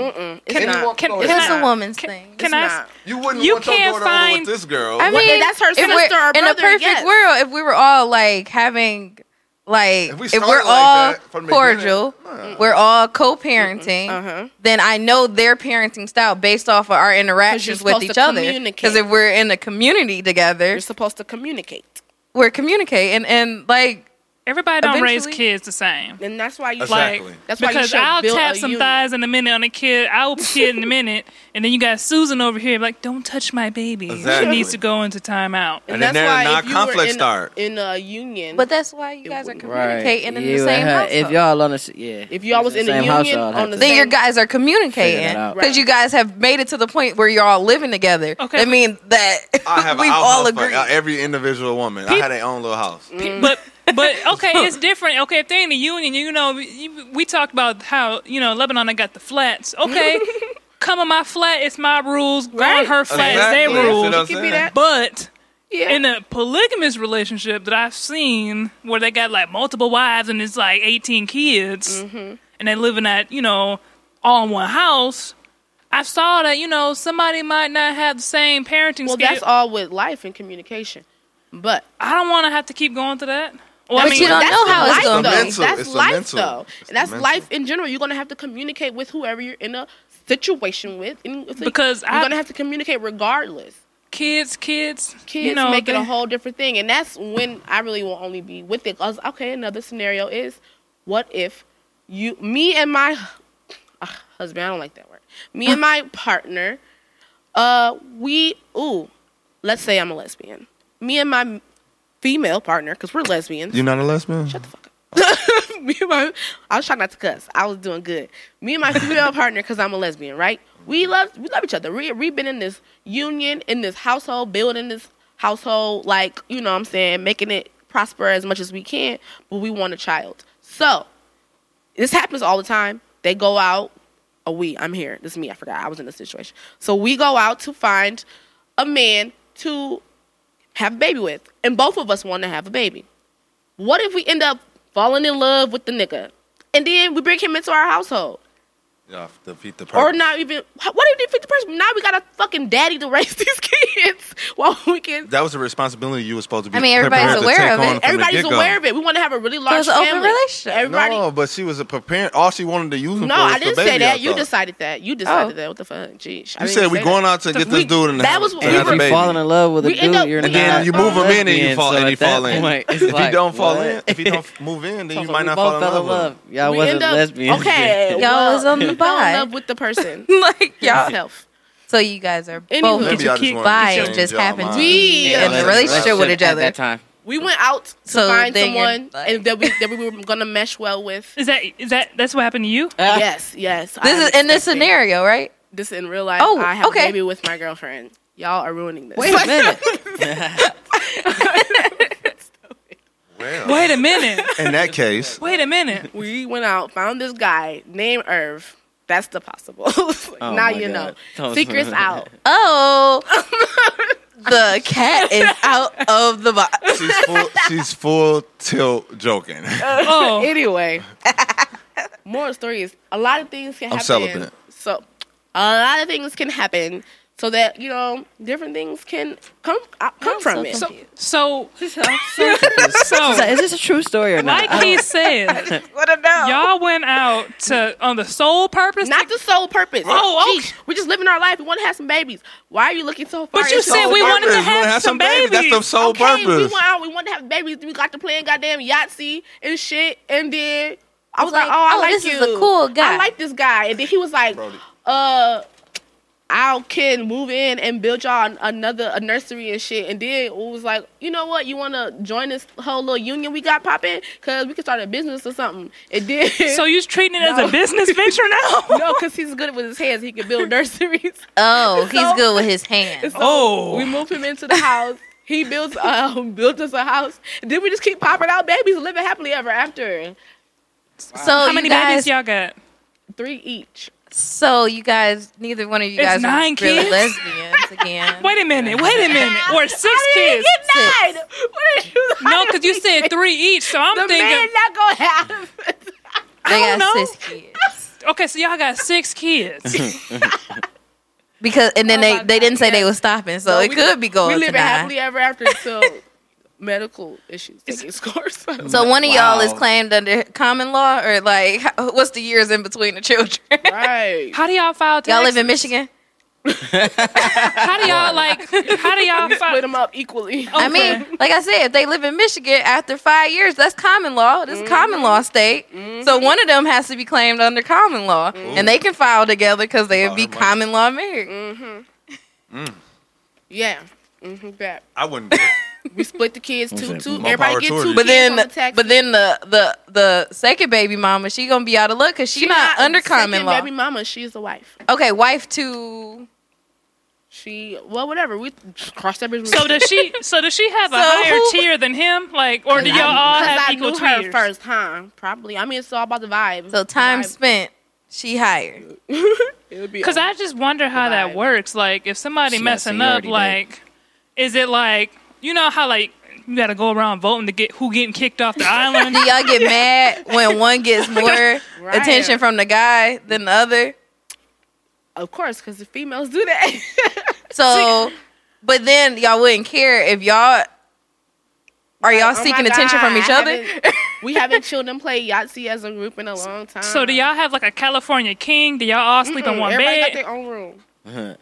It's
Anyone-
not.
Can-
no,
it's
it's
It's
not.
a woman's
Can-
thing.
Can
It's
I?
not.
s-
You wouldn't
You
want your
can't
daughter
find-
over with this girl.
I
Well,
mean,
if that's her
if we're-
sister or
in a
brother,
perfect
yes.
world, if we were all like having, like,
If
if,
we
we are
started like
all
that from the
cordial, we're all co-parenting.
Uh-huh.
Then I know their parenting style based off of our interactions with
supposed
each
to
other.
communicate.
Because if we're in a community together,
You're supposed to communicate,
we're communicating, and like,
Everybody don't raise
Eventually-
kids the same.
and that's why you
Exactly.
Like,
That's why you
because
should
I'll
build
tap
a
some
union.
thighs in a minute on a kid.
*laughs*
I'll kid in a minute, and then you got Susan over here like, "Don't touch my baby. She
Exactly.
needs to go into timeout."
And then there- now
if you
conflict
were in,
start.
in a
Mm-hmm.
union.
but that's why you guys are
wouldn't-
communicating in
You
the
and
same
her-
house.
If y'all on the s- yeah,
If y'all was in the
same
union,
house, y'all
on
have
the
to-
then
same-
your guys are communicating
Figure that out.
because you guys have made it to the point where you're all living together.
Okay,
I
but-
mean that *laughs*
I have
we've
a
all
house for
agreed.
every individual woman. I had their own little house.
But but okay,
*laughs*
it's different. Okay, if they're in the union, you know, you, we talked about how you know Lebanon. I got the flats.
*laughs*
Okay, come on my flat. It's my rules. Go on
Right.
her flat. It's
Exactly.
their
You
rules.
know what I'm
Give me
saying?
that.
But
yeah.
in a polygamous relationship that I've seen where they got like multiple wives and it's like 18 kids
Mm-hmm.
and they living at, you know, all in one house, I saw that, you know, somebody might not have the same parenting
well,
skill.
that's all with life and communication. But
I don't want to have to keep going to that. Well,
But you don't
that's
know how it's
life,
gonna
though.
be.
It's the mental.
That's
It's the
life,
mental.
though.
It's the
And that's
mental.
life in general. You're gonna have to communicate with whoever you're in a situation with, and it's like-
Because
you're
I-
gonna have to communicate regardless.
kids, kids,
Kids
you know,
make it
they-
a whole different thing, and that's when I really will only be with it. 'Cause, okay, another scenario is, what if you, me and my ugh, husband? I don't like that word.
*laughs*
Me and my partner, uh, we ooh, let's say I'm a lesbian. Me and my female partner, because we're lesbians.
You not a lesbian? Shut the fuck
*laughs* me and my I was trying not to cuss. I was doing good. Me and my female partner, because I'm a lesbian, right? We love we love each other. We we been in this union, in this household, building this household, like, you know what I'm saying, making it prosper as much as we can, but we want a child. So this happens all the time. They go out. Oh, we, I'm here. This is me. I forgot. I was in this situation. So we go out to find a man to have a baby with. And both of us want to have a baby. What if we end up falling in love with the nigga? And then we bring him into our household.
up. Yeah, defeat the
Or
purpose.
not even, what if they fit the person? Now we got a fucking daddy to raise *laughs* these kids. kids while we can.
That was a responsibility you were supposed to be.
I mean, everybody's
prepared to
aware
take
of it.
on from the
Everybody's
get-go.
aware of it. We want to have a really large
it's an open
family.
relationship.
Everybody.
No, but she was a preparing. All she wanted to use him
No,
for was
I
for
didn't
baby,
say that.
I
You
thought.
decided that. You decided
Oh.
that. What the fuck? Jeez. I
You
didn't
said we
say
going
that.
out to get
We-
this dude and
that
have-
was
and
what we
have
were-
a
you
baby.
fall in love with a
We end
dude,
up-
you're
And
then
not
you move him in and you
lesbian,
fall-
so
and you
at that
fall in.
point,
If
it's
you
like,
don't fall
what?
in, if you
*laughs*
don't move in, then you might
we
not
both
fall in love. with him.
Y'all
We
wasn't
end
*laughs*
up-
lesbian.
*laughs* Okay.
Y'all
well,
was on the
fell
bi.
in love with
*laughs*
the person.
like y'all.
Yourself.
So you guys are
Anywho.
both
Maybe
Maybe
I
just
just
keep
wanted
by
to
and
change
just
y'all
happen to
mind.
We
in a relationship with each
at
other. *laughs*
that time.
we went out to
So
find
then you're
someone
like-
and that we that we were gonna mesh well
*laughs*
with.
Is that is that that's what happened to you?
*laughs*
yes, yes.
This
I'm
is in this
expecting-
scenario, right?
This in real life.
Oh,
I have
okay.
a baby with my girlfriend. Y'all are ruining this.
Wait a minute.
Well,
Wait a minute.
*laughs*
in that case,
Wait a minute.
we went out, found this guy named Irv. That's the possible. *laughs* now
my
you
God.
know. Secrets out.
*laughs*
Oh, the cat is out of the box.
she's full, she's full tilt joking.
Oh, *laughs*
Anyway, moral story is a lot of things can
I'm
happen.
celibate.
So a lot of things can happen. So that you know, different things can come out- come from *laughs* it.
so
*laughs*
so so
is this a true story or not?
like
*laughs*
he said,
What a no.
y'all went out to on the sole purpose.
not the sole purpose.
Oh, okay.
Jeez, we're just living our life. We want to have some babies. Why are you looking so far?
But you
into-
said we wanted to
Purpose,
have,
wanna
some
That's the sole
okay, we
purpose.
went out. We wanted to have babies. We got to playing goddamn Yahtzee and shit. And then I was like,
Like,
oh, I
oh,
like
this
you.
is a cool guy.
I like this guy. And then he was like,
Brody.
uh, I can move in and build y'all an- another a nursery and shit. And then it was like, you know what? You want to join this whole little union we got popping? Cause we could start a business or something. And then
So you treating it
No.
as a business venture now?
*laughs* no, cause he's good with his hands. He
*laughs*
can build nurseries.
Oh, he's good with his hands.
Oh,
We moved him into the house. He built *laughs* um built us a house. Then we just keep popping out babies, living happily ever after.
So
how
you
many
guys,
babies y'all got?
Three each.
So you guys, neither one of you
It's
guys are
nine
really
kids?
lesbians
*laughs*
again.
Wait a minute. Wait a minute. Or six kids?
Nine. What did *laughs* you?
No, because you said three each. So I'm
the
thinking.
man not gonna have.
they got
don't know.
six kids.
Okay, so y'all got six kids.
Because and then
Oh
they
my
they
God,
didn't say they
yes.
would stop it, so
*laughs* No,
it
we-
could be
we
going to
live happily
nine.
ever after *laughs* until medical issues take its course. *laughs*
So one of y'all is
Wow.
claimed under common law, or like *laughs* h- what's the years in between the children?
right.
How do y'all file
*laughs*
taxes?
y'all live in Michigan.
How do y'all like? How do y'all
Split
file?
them up equally.
I mean, like I said, if they live in Michigan after five years, that's common law. This is common law
Mm-hmm.
state. So one of them has to be claimed under common law,
Mm-hmm.
and they can file together because they would be
About her
common
money.
law married.
*laughs* Yeah. Mm-hmm, that.
I wouldn't. do it.
We split the kids two
Listen,
two.
more power to
Everybody get two.
her.
But
kids
then,
on the tax.
but then the the the second baby mama, she gonna be out of luck because she,
She
not, under common
second
law.
Baby mama, she's the wife.
Okay, wife to
She well, whatever. We cross that bridge.
So does she? So does she have a
So
higher
who-
tier than him? Like, or do y'all all
Because
have
I
equal
knew her
tiers?
first time, probably. I mean, it's all about the vibe.
so time
The vibe.
spent. She higher.
It'll be-
Because I just wonder how
Vibe.
that works. Like, if somebody
She got
messing up,
seniority, babe.
like, is it like you know how like you got to go around voting to get who getting kicked off the island?
Do *laughs* y'all get mad when one gets more
Right.
attention from the guy than the other?
of course, because the females do that. *laughs*
So, but then y'all wouldn't care if y'all are y'all
Oh my
seeking attention from
God,
each
I
other.
haven't- we haven't children play Yahtzee as a group in a long time. Hmm,
So do y'all have like a California king? Do y'all all sleep in one
Everybody got
bed?
their own room.
*laughs*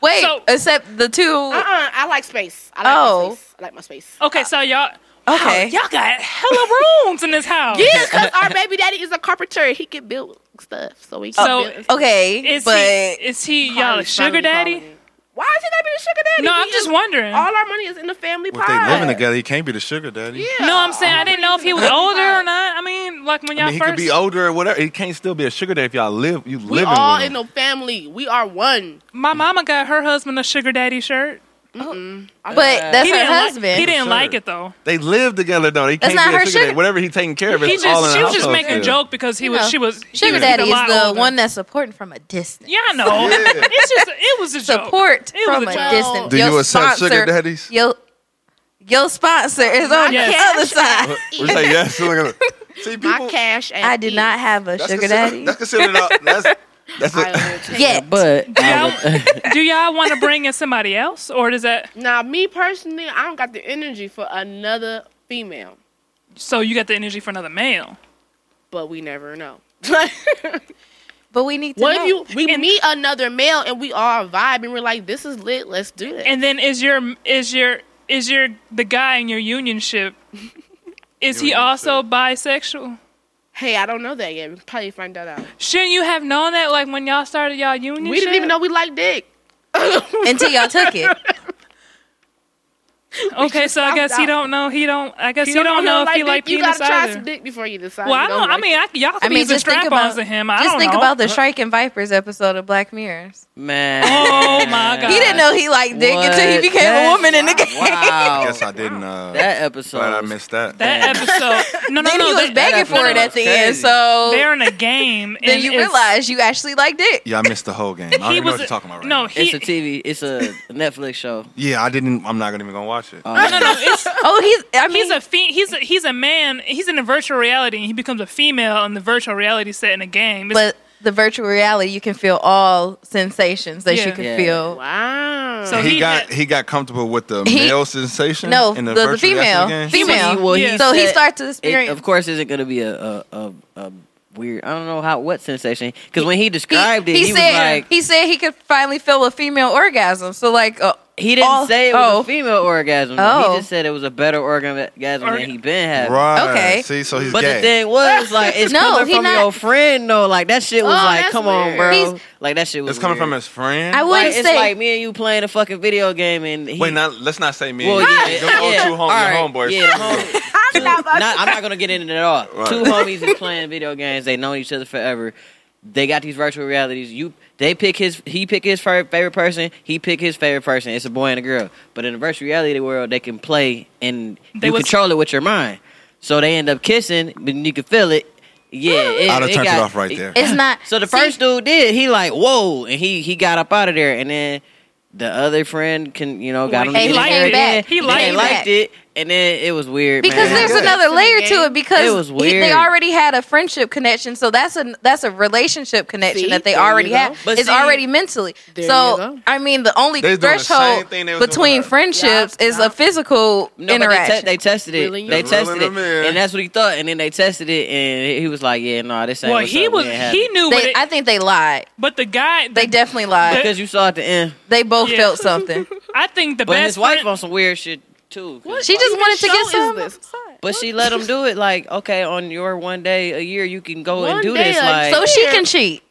Wait,
So-
except the two.
Uh uh I like space. I like
Oh.
my space. I like my space.
Okay, so y'all.
Okay.
Y'all got hella rooms in this house.
*laughs* Yeah, because our baby daddy is a carpenter. He can build stuff. So we can
So-
build.
Okay,
Is
but
he is he y'all a
Carly's finally
sugar daddy?
calling. Why is he not being a sugar daddy?
No,
He
I'm just
is-
wondering.
All our money is in the family
Well, if
pot.
they living together, he can't be the sugar daddy.
Yeah.
No, I'm saying I didn't know if he was older or not. I mean, like when
I
y'all
mean, he
first.
could be older or whatever. He can't still be a sugar daddy if y'all live. You
We
living
all
with
in
him.
the family. We are one.
My mama got her husband a sugar daddy shirt.
but that's
he
her
didn't like-
husband.
he didn't
Sure.
like it though.
They live together though. They
That's
can't
not
be a
her
sugar,
sugar-
daddy. Whatever he taking care of,
He
it's all in
just
the
she was just
household
making a
still.
joke because he
You
was
know,
she was he
Sugar
was
daddy is
a lot
the
older.
one that's supporting from a distance.
Yeah, I
*laughs*
know.
Yeah.
it's just it was a joke.
Support
It
from
was
a
a joke.
distance.
Do
Your
you accept sugar
sponsor-
daddies?
Your your sponsor is on
Yes.
the other side.
*laughs* We say yes. Look at it. *laughs* See, people.
My cash. app
I do
is-
not have a
that's
sugar
considered-
daddy.
That's considered. A, that's That's
I
what,
will take
Yet. *laughs*
But um,
Y'all-
I would-
Do y'all want to bring in somebody else, or does that?
Now, me personally, I don't got the energy for another female,
So you got the energy for another male?
but we never know. *laughs*
But we need to
what
know.
if you we
And-
meet another male and we all vibe and we're like, this is lit, let's do it.
And then is your is your is your the guy in your union
*laughs*
ship? Is he
Union
also bisexual?
hey, I don't know that yet. We can probably find that out.
Shouldn't you have known that like when y'all started y'all union?
We didn't
ship?
even know we liked dick. *laughs*
until y'all took
*laughs*
it.
Okay, so I
found
guess he
out.
don't know. He don't. I guess
You
he don't know if
like
he
dick,
like
you
penis
gotta try
either.
some dick before you decide.
Well, I
you
don't. I mean, I, y'all
I
could
mean,
use the
just think
strap-ons
about
to him. I
just
don't
think
know. Uh-huh.
about the Shrike and Vipers episode of Black Mirrors.
man.
Oh, my
*laughs*
God.
He didn't know he liked dick until he
What?
became a
That's-
woman in the game.
*laughs* Wow.
I guess I didn't. Uh,
that episode.
glad I missed that.
that episode. No, no,
then
no.
he was
they-
begging
episode
for it at
was
the
crazy.
end. So
They're in a game.
then
and
you
it's-
realize you actually liked dick.
Yeah, I missed the whole game. I don't
he
even know
was
what you're talking about right
no.
now.
He,
It's a TV. It's a
*laughs*
Netflix show.
Yeah, I didn't. I'm not gonna even gonna watch it.
Um,
no, no. It's
Oh, he's. I mean,
he's a fe- he's a, he's a man. He's in a virtual reality, and he becomes a female in the virtual reality set in a game. It's-
but the virtual reality, you can feel all sensations that
Yeah.
you can
Yeah.
feel.
wow.
so
he,
he,
got
had-
he got comfortable with the
He-
male sensation.
No,
in
the,
the,
the,
virtual
female,
reality game?
female.
Well, he- well, he
so he
said-
starts to
it,
experience.
of course, isn't going to be a a, a a weird. I don't know how what sensation because when he
he,
described it,
he
he,
said
was like
he said he could finally feel a female orgasm. So like, uh,
he didn't
all-
say it was
oh.
a female orgasm.
Oh.
He just said it was a better orgasm
Orga-
than he been having.
Right.
Okay.
See, so he's
But
gay.
the thing was, like,
*laughs*
it's
No,
coming
he
from
not-
your friend, though. Like, that shit was
Oh,
like,
that's
come on,
weird.
bro.
He's-
like, that shit was.
it's coming
weird.
from his friend.
I
Like,
wouldn't
it's
say
like me and you playing a fucking video game, and he,
Wait, not, let's not say me.
Well,
and you.
yeah,
Them old
yeah.
two hom-
All right,
your homeboys. *laughs*
yeah, the hom-
*laughs* I'm not about
not, I'm not gonna get into it at all.
Right.
Two homies is playing video games. They known each other forever. They got these virtual realities. You, they pick his. He pick his fir- favorite person. He pick his favorite person. It's a boy and a girl. But in the virtual reality world, they can play and
They
you
was-
control it with your mind. So they end up kissing, but you can feel it. Yeah, it,
I'd have turned
got-
it off right there.
it's not.
So the
see,
first dude did. He like whoa, and he he got up out of there, and then the other friend can you know got him.
He
to get in
liked
there
it.
again.
He
They
liked
liked it, and then it was weird
because
man.
there's
Good.
another layer to it because
It was
he- they
weird.
already had a friendship connection. So that's a that's a relationship connection
See?
that they
There you
already
go.
have.
But
It's
see-
already mentally.
There you
So
go.
I mean, the only
They doing the same
threshold
thing they was doing
between
to her.
friendships
Yeah,
is
yeah.
a physical
No, but
interaction.
They, te- they tested it.
Reeling
They
him in.
tested it,
Reeling him in.
and that's what he thought. And then they tested it, and he was like, "Yeah, no, nah, this ain't."
well,
what's
he
up.
was
We ain't
he
having it.
knew,
They-
but, it,
I think they lied.
but the guy,
They
the-
definitely lied.
because you saw at the end.
They both
Yeah.
felt something.
I think the
But
best
his wife
friend-
on some weird shit too. 'cause-
She just
What
wanted to
show
get some.
is this?
But she let him do it. Like, okay, on your one day a year, you can go
One
and do
day
this.
a-
Like,
So she can cheat,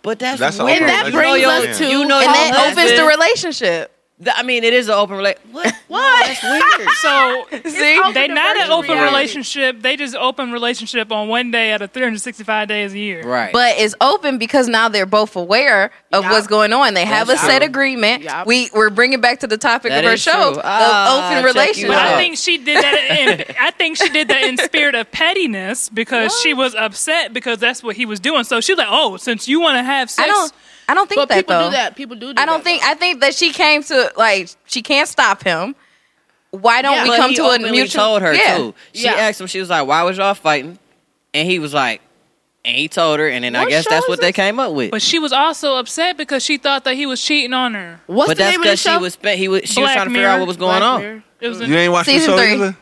but that's
That's a
weird.
whole
That
You know
brings
your-
us to
you know
and
your
that
husband-
opens the relationship.
Th- I mean, it is an open relationship. What?
What?
That's
*laughs*
weird.
So
*laughs* See,
they not an
virtual
open
reality.
relationship. They just open relationship on one day out of 365 days a year.
right.
but it's open because now they're both aware of
Yup.
what's going on. They have a
That's
set
true.
agreement.
Yup.
We we're bringing back to the topic
That
of our
is
show,
true.
the
Ah,
open
check you
relationship.
But
Yeah.
I think she did that.
*laughs*
In, I think she did that in spirit of pettiness because she was upset because that's what he was doing. So she was like, "Oh, since you want to have
I
sex,
don't I don't think
But
that
people
though.
do that. People do. do
I don't
that,
think I think that she came to like she can't stop him. Why don't
Yeah.
we
But
come
he
to a
openly
mutual?
told her
yeah.
too. She
Yeah.
asked him. She was like, "Why was y'all fighting?" And he was like, and he told her. And then I
What
guess
show
that's
is
what they
this?
came up with.
But she was also upset because she thought that he was cheating on her.
though. What's
but
the
that's
name of the
because she
show?
was spe- he was she was
Black
trying to figure
Mirror.
out what was going
Black
on.
Mirror.
It was
You ain't watched the
Season
show
three.
either.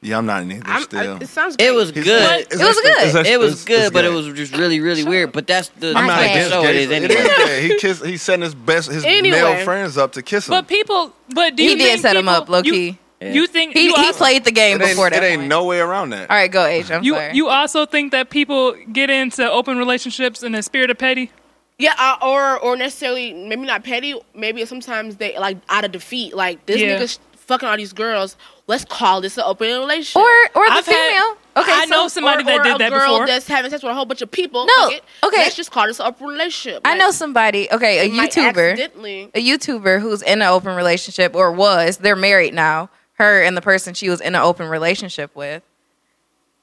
Yeah, I'm not in either
I'm,
still.
I, it sounds.
It was
He's-
good.
It's
It was
actually-
good.
it's actually-
It was
it's-
good,
it's
but it
gay.
was just really really weird. But that's the
I'm
I'm not
Not
type of
against
show
gay.
it is
It *laughs*
anyway.
gay. He kissed. He sent his best, his
Anyway.
male friends up to kiss him.
But people, but do
He
you
did
think
set him
people-
up low
you-
key.
Yeah.
You think
He
you
he
also-
played the game
it ain't,
before that.
it ain't
point.
no way around that.
All right, go Age. I'm
You
sorry.
you also think that people get into open relationships in a spirit of petty?
Yeah, uh, or or necessarily maybe not petty. Maybe sometimes they like out of defeat. Like this
Yeah.
nigga's fucking all these girls. Let's call this an open relationship.
or or the
I've had-
female. okay,
I
so
know somebody
or,
that
or
did
a
that
girl
before.
that's having sex with a whole bunch of people.
No,
Fuck it.
okay.
Let's just call this an open relationship.
I
Like,
know somebody. Okay, a
it might
YouTuber,
Accidentally,
a YouTuber who's in an open relationship or was. They're married now. Her and the person she was in an open relationship with.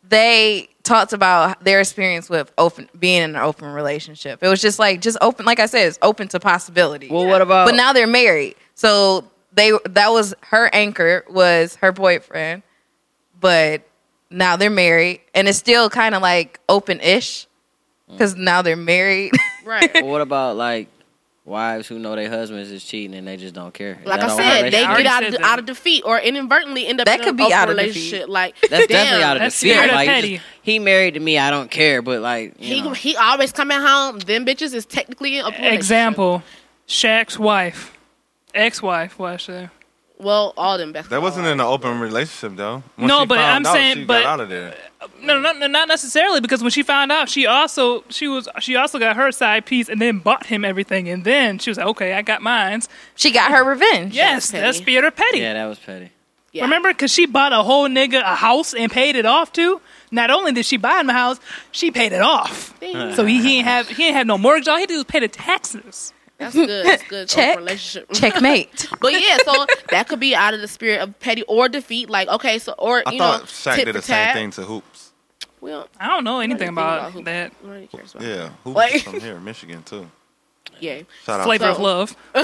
They talked about their experience with open being in an open relationship. It was just like just open. Like I said, it's open to possibility.
Well, what about-
But now they're married, so they that was her anchor was her boyfriend, but now they're married, and it's still kind of like open ish because now they're married.
*laughs* Right.
But what about like wives who know their husbands is cheating and they just don't care? Is
Like
that
I
all
said,
right?
they
already
get out of,
said that.
out of defeat or inadvertently end up
That
in
could
a
be out of
relationship.
defeat.
Like
That's
damn,
definitely out of
that's
the fear.
weird.
Like
Petty.
just- he married to me, I don't care, but like you
He
know.
he always coming home. Them bitches is technically in a relationship.
Example, Shaq's wife, ex-wife, well, I should.
Well, all them best.
That wasn't in an open relationship though. Once
No,
she
but
found
I'm
out,
saying-
she
but-
got out of there.
No, no, no, not necessarily because when she found out, she also she was she also got her side piece and then bought him everything, and then she was like, okay, I got mines.
She got her revenge.
Yes,
petty.
that's theater petty.
yeah, that was petty.
Yeah.
Remember, because she bought a whole nigga a house and paid it off too. Not only did she buy him a house, she paid it off.
Ding.
So he, he ain't have he ain't have no mortgage. All he did was pay the taxes.
That's good. That's good.
Check.
Open Relationship. *laughs*
Checkmate.
But yeah, so that could be out of the spirit of petty or defeat. Like okay, so or
I
you
thought
know,
Shaq
tit
did
for
the same
tat.
thing to hoops.
We don't
I don't know
we don't
anything
think
about
who-
that
Nobody cares about
Yeah, hoops
Like-
is from here, Michigan too.
that. Yeah.
Shout out.
flavor
So-
of love.
Yeah.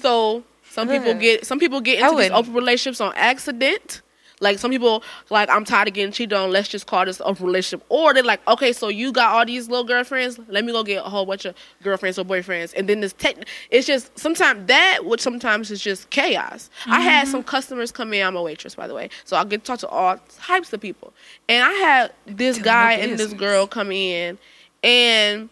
So some people get some people get
I
into these
wouldn't.
open relationships on accident. Like some people like I'm tired of getting cheated on. Let's just call this open relationship. Or they're like, okay, so you got all these little girlfriends. Let me go get a whole bunch of girlfriends or boyfriends. And then this tech, it's just sometimes that, which sometimes is just chaos. I had
Mm-hmm.
some customers come in. I'm a waitress, by the way, so I get to talk to all types of people. And I had this guy and this
business.
girl come in, and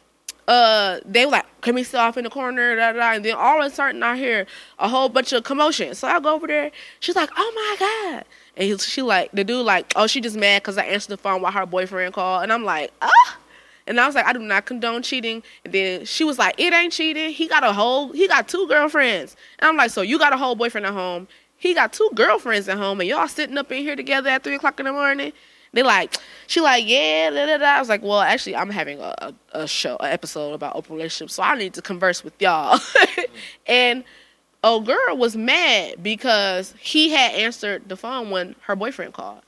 uh they were like, Can we sit off in the corner? Da, da, da. And then all of a sudden I hear a whole bunch of commotion. So I go over there, she's like, Oh my God. And he, she like the dude like, Oh, she just mad because I answered the phone while her boyfriend called. And I'm like, Ah and I was like, I do not condone cheating. And then she was like, It ain't cheating. He got a whole he got two girlfriends. And I'm like, So you got a whole boyfriend at home. He got two girlfriends at home and y'all sitting up in here together at three o'clock in the morning. They like, she like, yeah, da, da, da. I was like, well, actually, I'm having a, a, a show, an episode about open relationships, so I need to converse with y'all. *laughs* and a girl was mad because he had answered the phone when her boyfriend called,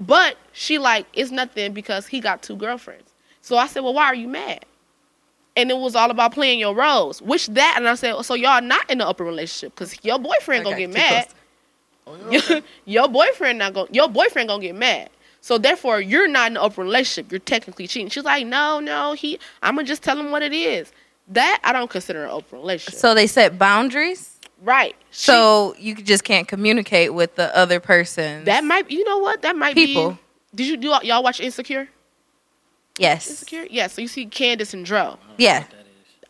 but she like, it's nothing because he got two girlfriends. So I said, well, why are you mad? And it was all about playing your roles, which that, and I said, so y'all not in an open relationship because your boyfriend
Okay,
gonna get
too
mad.
close.
*laughs* your boyfriend not going your boyfriend gonna get mad. So therefore you're not in an open relationship. You're technically cheating. She's like, No, no, he I'ma just tell him what it is. That I don't consider an open relationship.
So they set boundaries.
right. She-
So you just can't communicate with the other person.
that might you know what? That might
People.
be Did you do y'all- y'all watch Insecure?
yes.
Insecure? Yeah, so you see Candace and Dro.
Yeah.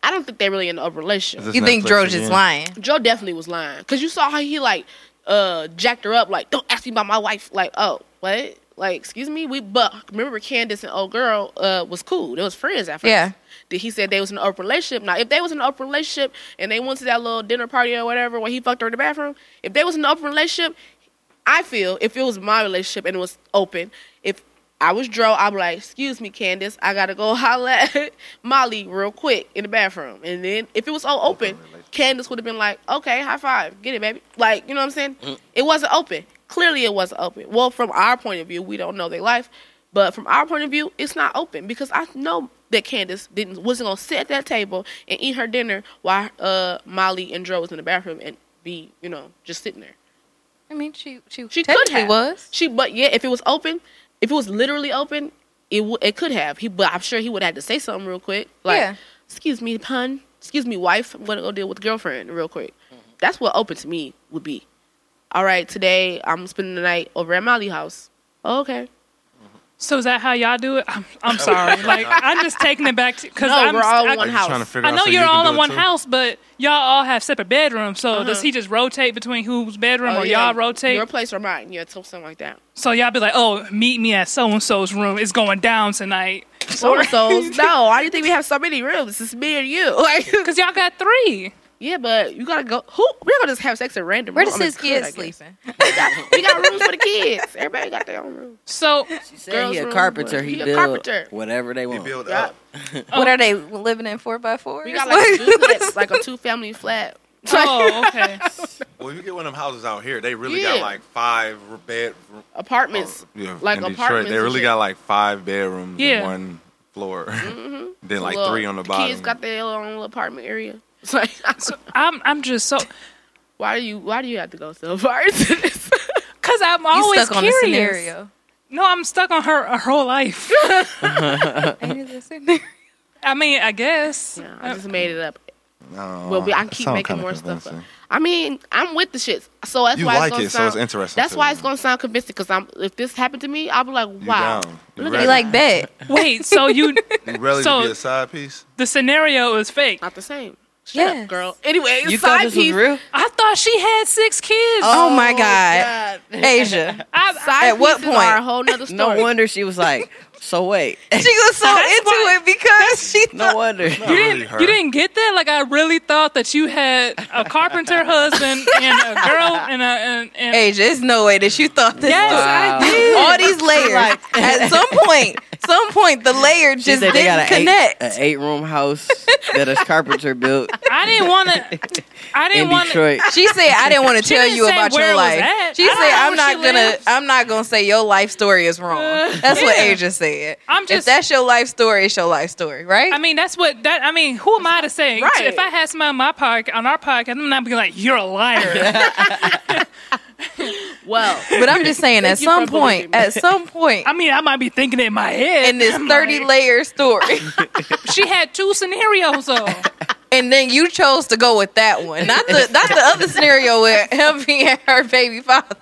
I don't think they're really in an open
Is
relationship.
this
You think
Netflix
Droge is
again?
lying?
Joe definitely was lying. Cause you saw how he like uh jacked her up, like, don't ask me about my wife. Like, oh, what? Like, excuse me, we but remember Candace and old girl uh was cool. They was friends at first.
Yeah.
Did he said they was in an open relationship? Now, if they was in an open relationship and they went to that little dinner party or whatever where he fucked her in the bathroom, if they was in an open relationship, I feel if it was my relationship and it was open, if I was Dro, I'd be like, excuse me, Candace, I gotta go *laughs* holla at Molly real quick in the bathroom. And then if it was all open, Candace would have been like, okay, high five, get it, baby. Like, you know what I'm saying? It wasn't open. Clearly, it wasn't open. Well, from our point of view, we don't know their life, but from our point of view, it's not open because I know that Candace didn't wasn't gonna sit at that table and eat her dinner while uh, Molly and Dro was in the bathroom and be, you know, just sitting there.
I mean, she she,
She could
technically
have.
was.
She, but yeah, if it was open, if it was literally open, it w- it could have. He, but I'm sure he would have had to say something real quick, like,
Yeah.
"Excuse me, pun. Excuse me, wife. I'm gonna go deal with girlfriend real quick."
Mm-hmm.
That's what open to me would be. All right, today I'm spending the night over at Molly's house. Oh, okay.
So is that how y'all do it? I'm, I'm
*laughs*
sorry. Like I'm just taking it back because
No,
I'm
we're all
I-
one
Are you
house.
trying to figure
I
out
know
so
you're
you can
all
do
in
it,
one
too? Uh-huh.
house, but y'all all have separate bedrooms. So does he just rotate between whose bedroom
Oh,
or
yeah.
y'all rotate?
your place or mine? Yeah, something
*laughs*
like that.
So y'all be like, oh, meet me at so and so's room. It's going down tonight.
So and
*laughs*
so's. No, why do you think we have so many rooms? It's me and you. *laughs* Like,
Cause y'all got three.
yeah, but you gotta go. Who we're gonna just have sex at random?
Where
room.
does
I mean,
his
could, I
kids
guess.
sleeping?
We got rooms for the kids. Everybody got their own room.
So
She said
Girls'
he a
room,
carpenter.
but
He,
he a
build
carpenter.
whatever they
You
want.
build
Yeah.
up.
What are they living in four by four?
We got like
*laughs*
a *laughs* duplex, like a two family flat.
Oh,
*laughs*
okay.
Well, if you get one of them houses out here, they really
Yeah.
got like five bed.
Apartments.
Oh, Yeah,
Like
in Detroit,
apartments
they
and
really
shit.
got like five bedrooms, and
Yeah.
one floor, *laughs* then like
Look,
three on the bottom.
Mm-hmm. Kids got their own little apartment area. It's *laughs* like,
So I'm I'm just so
why do you why do you have to go so far? into *laughs* this?
cause I'm
You
always
stuck on the
curious.
scenario.
*laughs*
No, I'm stuck on her her whole life.
*laughs* Ain't it the scenario?
I mean, I guess.
No, I just made it up.
No,
Well, we, I
that
keep
Oh, sound
making
kinda
more stuff up.
convincing.
I mean, I'm with the shits. So that's
You
why
like
it's gonna
it, so
sound,
it's interesting
That's
to
why
you.
it's gonna sound convincing because I'm if this happened to me, I'll be like,
You
wow.
down. You
Look
ready,
Be like, bet.
Wait, so
*laughs*
you
you ready
So-
to be a side piece?
the scenario is fake?
Not the same. Shut
Yes.
up, girl. Anyway,
You thought
side
this
piece.
was real?
I thought she had six kids.
Oh, my God. Asia.
I,
Side
At what
pieces
point?
Are a whole nother *laughs* story.
No wonder she was like, so wait.
She was so into it because she
No wonder.
Not
you
really
didn't.
her.
You didn't get that. Like I really thought that you had a carpenter husband and a girl and a and, and
Asia, it's no way that you thought this.
Yes,
Wow.
I did.
All these layers. at some point, some point, the layer
She
just
said they got
didn't
an eight,
Uh,
connect.
an eight room house that a carpenter built
I didn't want to. I
in
didn't want to.
Detroit.
She said, "I didn't want to tell
didn't
you
say
about
where
your
it was
life."
at.
She
I don't
said,
know
"I'm
where
not
she
gonna,
lives.
I'm not gonna say your life story is wrong."
Uh,
That's what
yeah.
Asia said.
I'm
if
just-
that's your life story, it's your life story, right?
I mean, that's what that. I mean, who am I to say?
Right.
If I had somebody on my podcast, on our podcast, I'm not be like, "You're a liar."
Well,
but I'm just saying, at
you
some
for believing
point,
me.
at some point
I mean, I might be thinking it in my head.
in this
I'm
thirty
like,
layer
*laughs*
story,
she had two scenarios though.
and then you chose to go with that one, not the not the other scenario with *laughs* him being her baby father.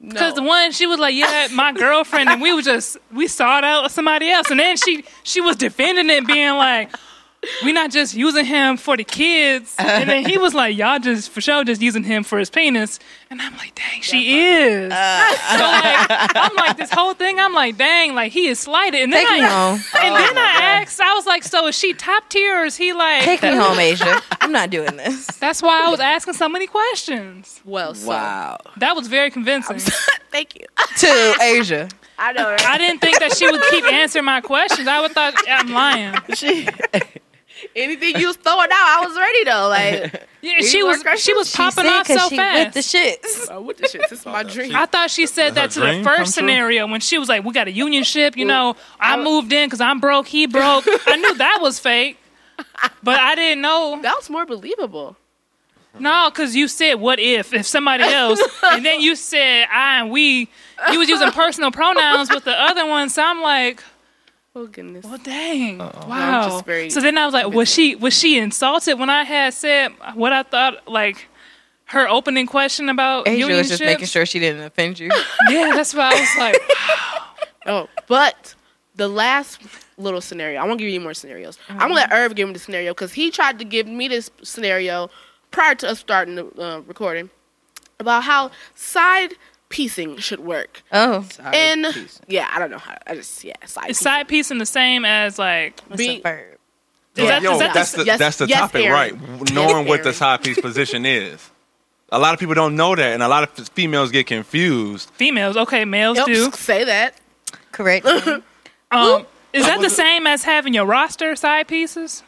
Because the one she was like, "Yeah, my girlfriend," and we was just we sought out somebody else, and then she she was defending it, being like, "We not just using him for the kids," and then he was like, "Y'all just for sure just using him for his penis," and I'm like, "Dang, she is." *laughs* so like, I'm like this whole thing. I'm like, "Dang, like he is slighted," and then
Take me
I
home.
and then I asked, I was like, "So is she top tier? Or is he like?"
Take me home, Asia. I'm not doing this.
That's why I was asking so many questions.
well, so
Wow.
That was very convincing.
thank you.
To Asia.
I know. Right?
I didn't think that she would keep answering my questions. I would thought I'm lying.
She,
Anything you was throwing out, I was ready though. Like
Yeah, she was
work our
she was
She
popping
said
off
'cause
so
she with
fast.
the shits.
oh, what the shit? This is my dream.
I thought she said that
Does
to
her
the
dream come true?
first scenario when she was like, "We got a union ship, you know. I moved in because I'm broke, he broke. I knew that was fake, but I didn't know.
that was more believable.
No, because you said, "What if if somebody else?" and then you said, "I and we." You was using personal pronouns with the other one, so I'm like,
Oh goodness.
Well, dang!
No, I'm
Wow.
just very
so then I was like, was she was she insulted when I had said what I thought like her opening question about
Asia
union
was just making
ships?
sure she didn't offend you.
*laughs* Yeah, that's why I was
*laughs*
like,
Oh, but the last little scenario, I won't give you any more scenarios. I'm gonna let Irv give him the scenario because he tried to give me this scenario prior to us starting the uh, recording about how side piecing should work.
Oh,
and yeah, I don't know how. I just yeah, side
is
piecing.
side piecing the same as like?
that's
Be-
a verb.
Is that,
Yo,
is that
that's
the,
the
yes-
that's the
yes,
topic,
Aaron.
right? Knowing what the
Aaron.
side piece position is. A lot of people don't know that, and a lot of f- females get confused.
females? Okay, males
Yep,
do.
say that.
Correct. *laughs*
Um, is that the same as having your roster side pieces?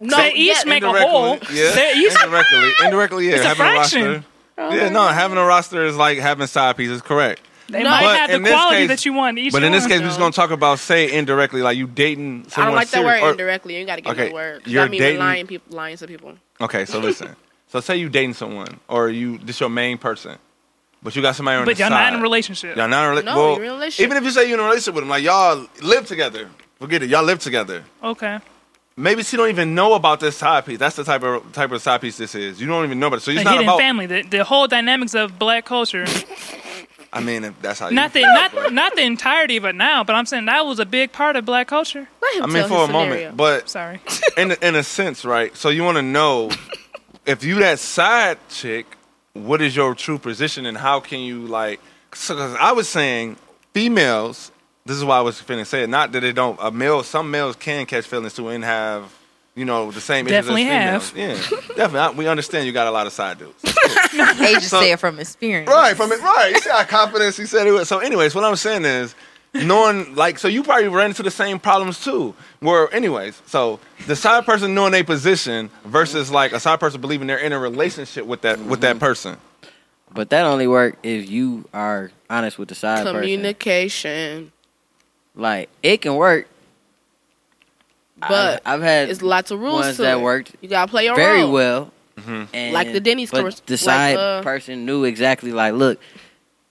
No,
They each
yes.
make a
Indirectly,
whole.
Yeah,
They each-
indirectly, indirectly, yeah.
It's a
having
fraction.
roster.
Oh
Yeah, no, having a roster is like having side pieces. Correct.
They
No.
might
But
have
in
the
this
quality
case-
that you want. Each
But in this
one.
case, we're just gonna talk about say indirectly, like you dating
I
someone.
don't like that
serious-
word
or-
indirectly. You gotta give
okay,
me a word. 'cause
you're
I mean,
dating-
lying people, lying to people.
Okay, so
*laughs*
listen. so say you dating someone, or you this your main person, but you got somebody on
but
the
y'all
side.
not in a relationship.
Y'all not in a rela-
No,
well,
you're in a relationship.
Even if you say you're in a relationship with them, like y'all live together. Forget it. Y'all live together.
Okay.
Maybe she don't even know about this side piece. That's the type of type of side piece this is. You don't even know about it. So
The
it's not
hidden
about.
family, the, the whole dynamics of black culture.
I mean, if that's how.
not the
you
not not the entirety of it now, but I'm saying that was a big part of black culture.
Let him
I mean,
tell
for a
his scenario.
moment, but
Sorry, *laughs*
in a- in a sense, right? So you want to know if you that side chick, what is your true position and how can you like? Because I was saying females. This is why I was finna say it. Not that they don't. A male, some males can catch feelings too and have. You know the same issues
Definitely
as
have.
females. Yeah, definitely. I, we understand you got a lot of side dudes.
Asia
So-
said from experience.
Right, from it. Right. You see how confidence he said it was. So, anyways, what I'm saying is, knowing like, so you probably ran into the same problems too. Where, anyways, so the side person knowing their position versus like a side person believing they're in a relationship with that with that
Mm-hmm.
person.
but that only work if you are honest with the side person.
Communication,
Like it can work.
but
I've, I've had
it's lots of rules
ones
to
that
it.
worked
You gotta play your
very
role.
well.
Like the Denny's
Mm-hmm. but
commercial-
The
like,
side
uh,
person knew exactly. Like, look,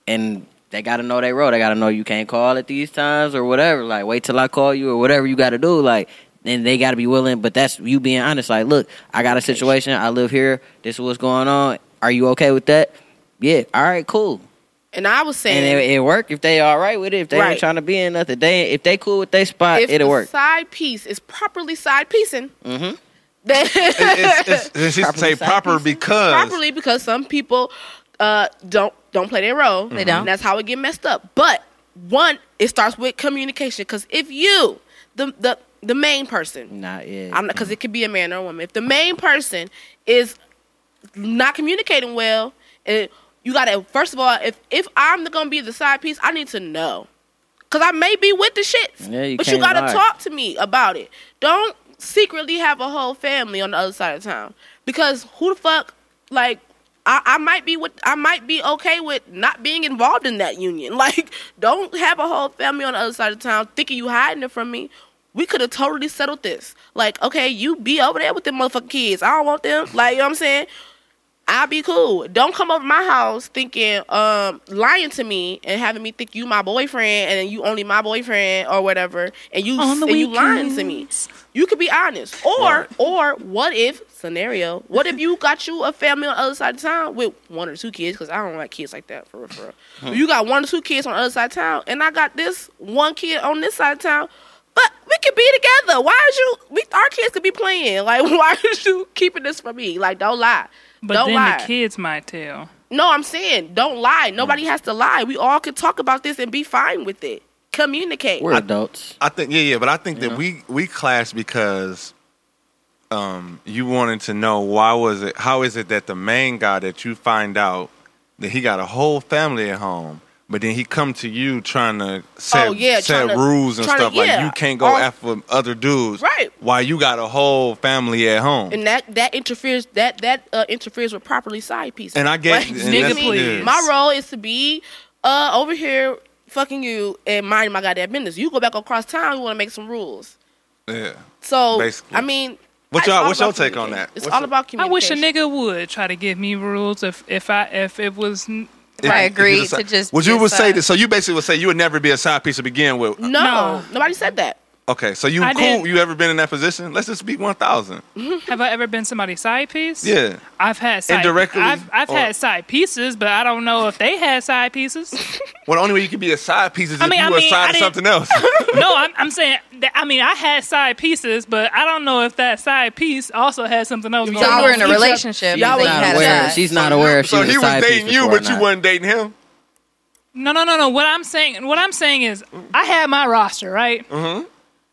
and they gotta know they role. They gotta know you can't call at these times or whatever. Like wait till I call you or whatever you gotta do. Like and they gotta be willing. But that's you being honest. Like look, I got a situation. I live here. This is what's going on. Are you okay with that? Yeah. All right. Cool.
And I was saying,
And it, it work if they all right with it. If they
Right.
ain't trying to be in nothing, they if they cool with their spot,
if
it'll
the
work.
side piece is properly side piecing,
Mhm.
then
It's,
*laughs*
it's,
*laughs*
it's, she should say
Properly side
proper
piecing?
because
properly because some people uh, don't don't play their role.
They don't.
And that's how it get messed up. But one, it starts with communication. Because if you, the the the main person,
Not yet.
I'm not because it could be a man or a woman. If the main person is not communicating well, and you gotta first of all, if if I'm gonna be the side piece, I need to know because I may be with the shits,
Yeah, you
but you
can't
gotta
lie.
talk to me about it. Don't secretly have a whole family on the other side of town because who the fuck like. I, I might be with I might be okay with not being involved in that union. *laughs* Like, don't have a whole family on the other side of town thinking you hiding it from me we could have totally settled this. Like, okay, you be over there with them motherfucking kids. I don't want them. Like, you know what I'm saying? I'll be cool. Don't come over my house thinking, um, lying to me and having me think you my boyfriend and you only my boyfriend or whatever, and you
On the
and you lying to me.
weekends.
You could be honest. Or or what if scenario? What if you got you a family on the other side of town with one or two kids? Because I don't like kids like that for real. For real. you got one or two kids on the other side of town, and I got this one kid on this side of town. But we could be together. Why is you? We, our kids could be playing. *laughs* Like why is you keeping this from me? Like don't lie.
But
don't
then
lie.
the kids might tell.
No, I'm saying don't lie.
Mm.
Nobody has to lie. We all can talk about this and be fine with it. Communicate.
We're adults.
I think yeah, yeah, but I think that we we clash because um you wanted to know why was it how is it that the main guy that you find out that he got a whole family at home, but then he come to you trying to set,
Oh, yeah,
set
tryna-
rules and
tryna-
stuff like
yeah.
you can't go
All-
after other dudes
Right.
while you got a whole family at home.
and that that interferes that that uh, interferes with properly side pieces.
And I get- and
you know what
that's-
I mean?
yeah.
my role is to be uh, over here fucking you and mind my goddamn business. You go back across town. You want to make some rules.
yeah.
So
Basically.
I mean,
What
it's
y'all-
all
what's your
about
take on
communication.
that?
It's
What's
all
your-
about
I wish a nigga
communication.
would try to give me rules if if I if it was n-
If-
I
if you
agree
decide-
to just uh,
Would
be
you
a
would say
side-
that? So you basically would say you would never be a side piece to begin with.
No,
No.
nobody said that.
Okay, so you
I
cool?
didn't-
You ever been in that position? Let's just be one thousand.
have I ever been somebody's side piece?
Yeah.
I've had side
Indirectly,
I've, I've
or-
had side pieces, but I don't know if they had side pieces.
Well, the only way you can be a side piece is
I
if
mean,
you
I
were a
mean, I
side of
didn't-
something else.
no, I'm, I'm saying that. I mean, I had side pieces, but I don't know if that side piece also had something else. Going
Y'all
on.
were in a
Each other-
relationship.
y'all
and
was
then you
Not
had
aware.
that.
She's not aware if she
so
was
he
a
was
side
dating
piece
you,
before or
but you
not.
weren't dating him.
No, no, no, no. What I'm saying, what I'm saying is, I had my roster right. Mm-hmm.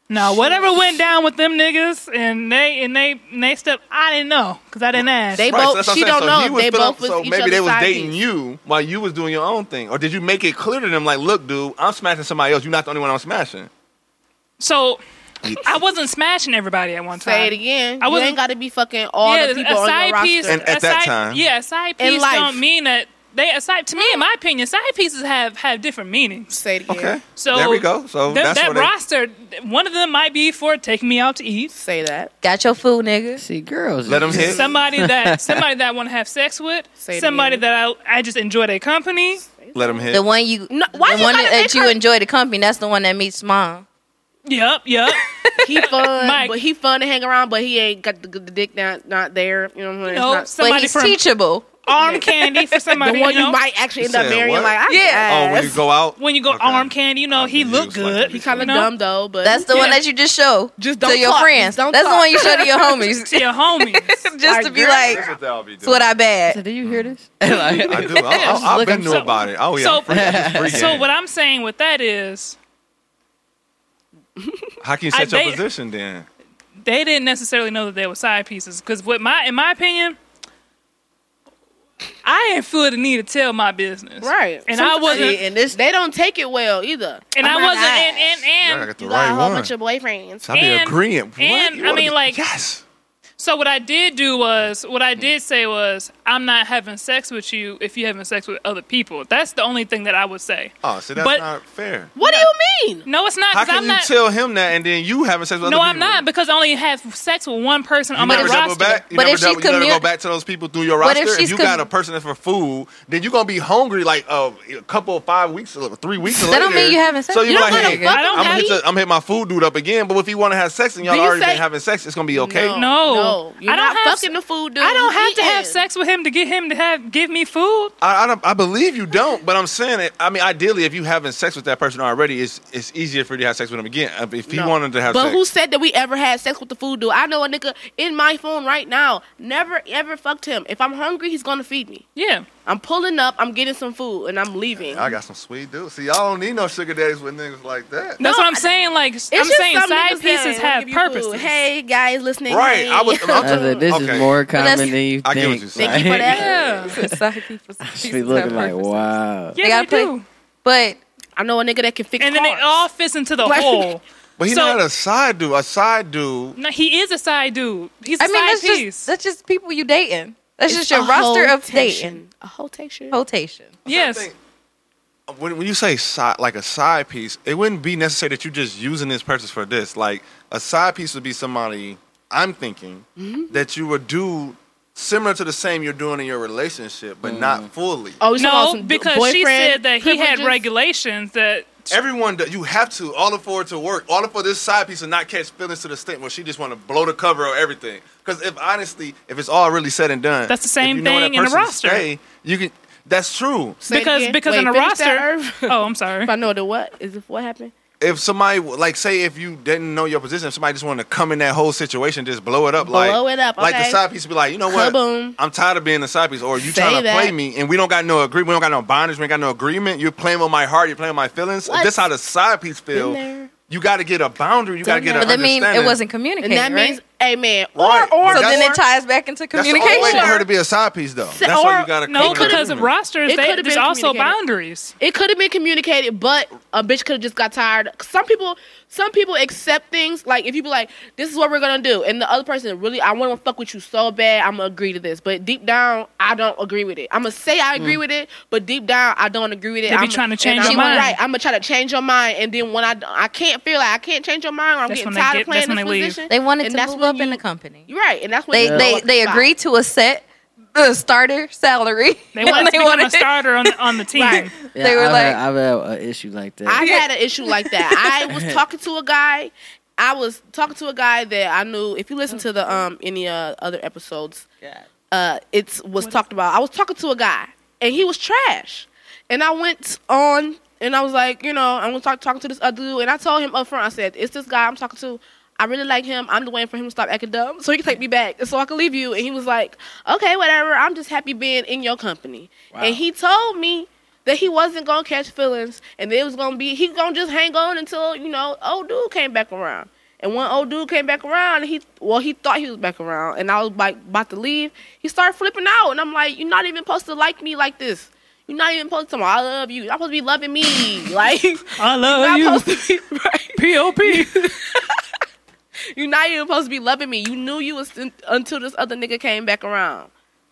Now, whatever went down with them niggas and they and they and they stepped, I didn't know because I didn't ask.
They
Right, so
both.
that's what I'm
she
saying.
don't
So he
know.
was
They
feeling-
both was
So
each
maybe
other's
they was
side
dating
piece.
you while you was doing your own thing, or did you make it clear to them like, "Look, dude, I'm smashing somebody else. You're not the only one I'm smashing."
so I wasn't smashing everybody at one time.
Say it again.
I
you
wasn't-
ain't got to be fucking all
yeah,
the people
a
on
side
your roster.
piece
And
a
at that
side-
time.
Yeah, a side
In
piece
life.
don't mean that they a side. To me, in my opinion, side pieces have have different meanings.
Say it again.
Okay,
So
there we go. So
that,
that's
that
what they-
roster, one of them might be for taking me out to eat.
Say that.
Got your food, nigga.
See, girls.
Let 'em hit.
Somebody that somebody that I want to have sex with.
Say it
somebody
again.
that I I just enjoy their company.
let him hit.
The one you,
No,
the
why you
one
gotta
that
make
you
her-
enjoy the company. That's the one that meets mom.
Yep,
*laughs*
yep.
He
*laughs*
fun,
Mike.
but he fun to hang around, but he ain't got the, the dick not not there. You know what I'm saying?
No,
It's
But
somebody
he's
from
teachable.
arm candy for
not,
somebody.
the one
you, know? *laughs*
you might actually
You
end up
said
marrying.
what?
Like, I
Yeah.
oh, when you go out,
when you go
Okay.
arm candy, you know he
knew
look
you was like
good.
that.
He kind
you
of
know,
dumb though, but
That's the one
Yeah.
that you just show
Just
to
don't
your
talk.
friends.
Just don't
That's the
talk.
one you show
*laughs*
to your homies.
to your
Oh,
*laughs*
homies.
just to be like,
That's what they'll be
that's what
doing.
I bad.
Did you hear this? Like-
I do. I, I, I've
Look,
been
I'm
knew
so-
about it. Oh yeah.
so-
I'm free. It's free
so
game.
what I'm saying with that is
How can you
I
set your
date-
position then?
they didn't necessarily know that they were side pieces because with my in my opinion i didn't feel the need to tell my business
Right.
and i
Sometimes-
wasn't
See, and this
they don't take it well either.
and
I'm
i
not
wasn't
lying.
and and,
I gotta
and
get the
You got a
right
whole
one.
bunch of boyfriends.
I be
and-
agreeing. What?
and,
You
I
wanna
mean,
be-
like-
yes. Hmm.
so what i did do was what i did say was i I'm not having sex with you if you're having sex with other people. That's the only thing that I would say.
Oh, so that's
But-
not fair.
What do you mean?
No, it's not.
How
'cause
can
I'm
you
not,
tell him that and then you having sex with
No,
other
I'm
people?
not because I only have sex with one person
You
on my
never double
roster.
back. You
But
never
if she's
double, you never go
commu-
back to those people through your
But if
roster. If,
she's
you
com-
got a person that's for food, then you're gonna be hungry like uh, a couple of five weeks, or three weeks. That
don't mean you having sex.
So you're
You
like,
don't
hey,
wanna
fuck
I'm gonna,
him,
hit the,
Patty.
I'm gonna hit my food dude up again. But if you want to have sex and y'all
Do you
already
say-
been having sex, it's gonna be okay.
No,
no, you're
I don't
not
have
fucking the food. Dude.
I don't
You
have to have
eating.
sex with him to get him to have give me food.
I, I, don't, I believe you don't, but I'm saying it. I mean, ideally, if you having sex with that person already, it's it's easier for you to have sex with him again. Uh, If he
No.
wanted to have
but
sex,
who said that we ever had sex with the food dude? I know a nigga in my phone right now. Never ever fucked him. If I'm hungry, he's gonna feed me.
Yeah,
I'm pulling up. I'm getting some food, and I'm leaving.
I got some sweet dudes. See, y'all don't need no sugar daddies with niggas like that.
that's what I'm saying. Like I'm
just
saying,
some
side
niggas that
pieces
wanna
have
give you food.
purposes.
Hey guys, listening.
Right,
hey.
I was-
*laughs*
I was-
*laughs* I said, this
Okay.
is more
that's-
common than you
I
think.
get what you're saying.
Thank you
*laughs*
for that.
yeah,
Society for
She be looking
*laughs*
like, wow.
yeah,
gotta play-
they do.
But
I know a nigga that can fix
And then it
cars.
all fits into the
Like- *laughs*
whole.
But he
So-
not a side dude. A side dude.
No, he is a side dude. He's a
I mean,
side
that's
piece.
just that's just people you dating. That's
It's
just your
a
roster of
rotation.
dating.
A rotation.
Rotation.
yes,
When, when you say side, like a side piece, it wouldn't be necessary that you just using this person for this. Like a side piece would be somebody I'm thinking
Mm-hmm.
that you would do similar to the same you're doing in your relationship, but
Mm.
not fully.
Oh, you talking about
no,
some
because she
boyfriend
said that he had
privileges?
regulations that.
Everyone, do, you have to all afford to work, all for this side piece, and not catch feelings to the extent where she just want to blow the cover of everything. Because if honestly, if it's all really said and done,
That's the
if
same
you know that
thing in the
person to
roster.
Stay, you can. That's true.
Say it
Because-
again.
because
Wait,
in a
finish that,
roster- *laughs*
Irv.
Oh, I'm sorry.
if I know the what is it what happened?
if somebody like say if you didn't know your position, if somebody just wanted to come in that whole situation, just blow it up,
Blow
like
it up,
like the
okay.
side piece be like, you know what,
Kaboom.
I'm tired of being the side piece, or you
Say
trying to
that.
play me, and we don't got no agreement, we don't got no bondage, we ain't got no agreement. You're playing with my heart, you're playing with my feelings. If
What?
This how the side piece feel.
there.
You got to get a boundary. You got to
Done
get
that.
an
But that mean it
understanding.
wasn't
And
communicating,
that means
right?
amen.
Right,
Or or
but
So
that's-
then it ties back into
That's the only way for her to
communication.
be a side piece, though. That's
or,
why you got to
no, because of rosters,
It
they,
could've
there's
been
also
communicated.
boundaries.
it could have been communicated, but a bitch could have just got tired. Some people some people accept things like if you be like, This is what we're gonna do and the other person really I wanna fuck with you so bad, I'm gonna agree to this. But deep down I don't agree with it. I'ma say I agree with it, but deep down I don't agree with it.
They be
I'm
trying to change
I'm
your mind.
Right. I'm gonna try to change your mind and then when I I can't feel like I can't change your mind or I'm
That's
getting
when they
tired
get-
of playing
that's when
this
they leave.
position.
They wanted
and
to
that's
move
when
up in
you-
the company.
You're right, and that's when
They
you blow
they
up the
they
spot.
agreed to a set the starter salary. *laughs*
They
*laughs*
And
want to
they
become a
wanted-
starter on the, on the team.
Right.
Yeah,
They were
I've
like-
had, I've had an issue like that.
I had an issue like that. I was talking to a guy. I was talking to a guy that I knew. If you listen to the um any uh, other episodes, uh, it was talked about. I was talking to a guy, and he was trash. And I went on, and I was like, you know, I'm gonna start talking to this other dude. And I told him up front, I said, it's this guy I'm talking to. I really like him. I'm just waiting for him to stop acting dumb so he can take me back, so I can leave you. And he was like, okay, whatever. I'm just happy being in your company. And he told me that he wasn't gonna catch feelings, and it was gonna be he gonna just hang on until you know old dude came back around. And when old dude came back around, he well he thought he was back around, and I was like about to leave. He started flipping out, and I'm like, you're not even supposed to like me like this. You're not even supposed to. Tell me, I love you. You're not supposed to be
*laughs*
loving me. Like you're
I
not
love you.
supposed to be. *laughs* Right.
P.O.P.
*laughs* You're not even supposed to be loving me. You knew you was until this other nigga came back around.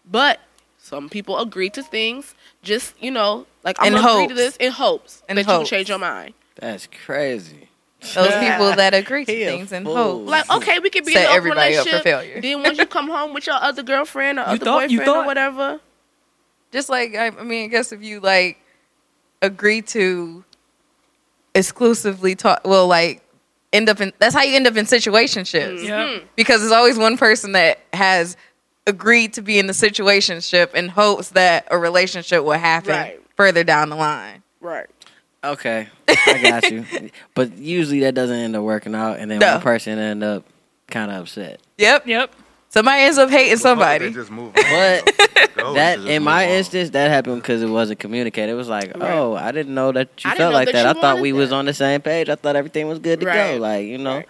But some people agree to things just, you know, like
In
I'm gonna agree
hopes.
to this in hopes
In
that you
hopes.
change your mind.
That's crazy.
Those people that agree to
He a
things and
fool.
hope.
Like, oh. okay, we could be in
Set
an open
everybody up for
relationship.
failure. *laughs*
Then once you come home with your other girlfriend or other
thought- you
boyfriend
thought-
or whatever.
just like I, I mean, I guess if you like agree to exclusively talk, well, like end up in that's how you end up in situationships
Yeah.
Mm-hmm.
because there's always one person that has agreed to be in the situationship in hopes that a relationship will happen
Right.
further down the line.
Right.
Okay, I got you. But usually that doesn't end up working out, and then
No.
one person end up kind of upset.
Yep,
Yep.
somebody ends up hating somebody.
Just move *laughs*
But
Oh,
that, in my instance, that happened because it wasn't communicated. It was like, oh, I didn't know that you
I didn't
felt
know
like
that
that.
you
I thought we
wanted
was
that.
on the same page. I thought everything was good to go.
Right.
Like you know,
Right.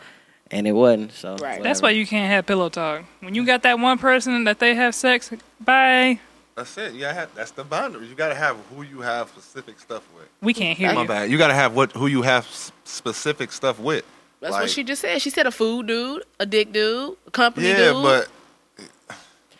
and it wasn't. So
Right.
That's why you can't have pillow talk. When you got that one person that they have sex, bye.
That's it. Yeah, have, that's the boundary. You got to have who you have specific stuff with.
We can't hear
My
you.
bad. You got to have what who you have s- specific stuff with.
That's
Like,
what she just said. She said a food dude, a dick dude, a company
Yeah,
dude.
but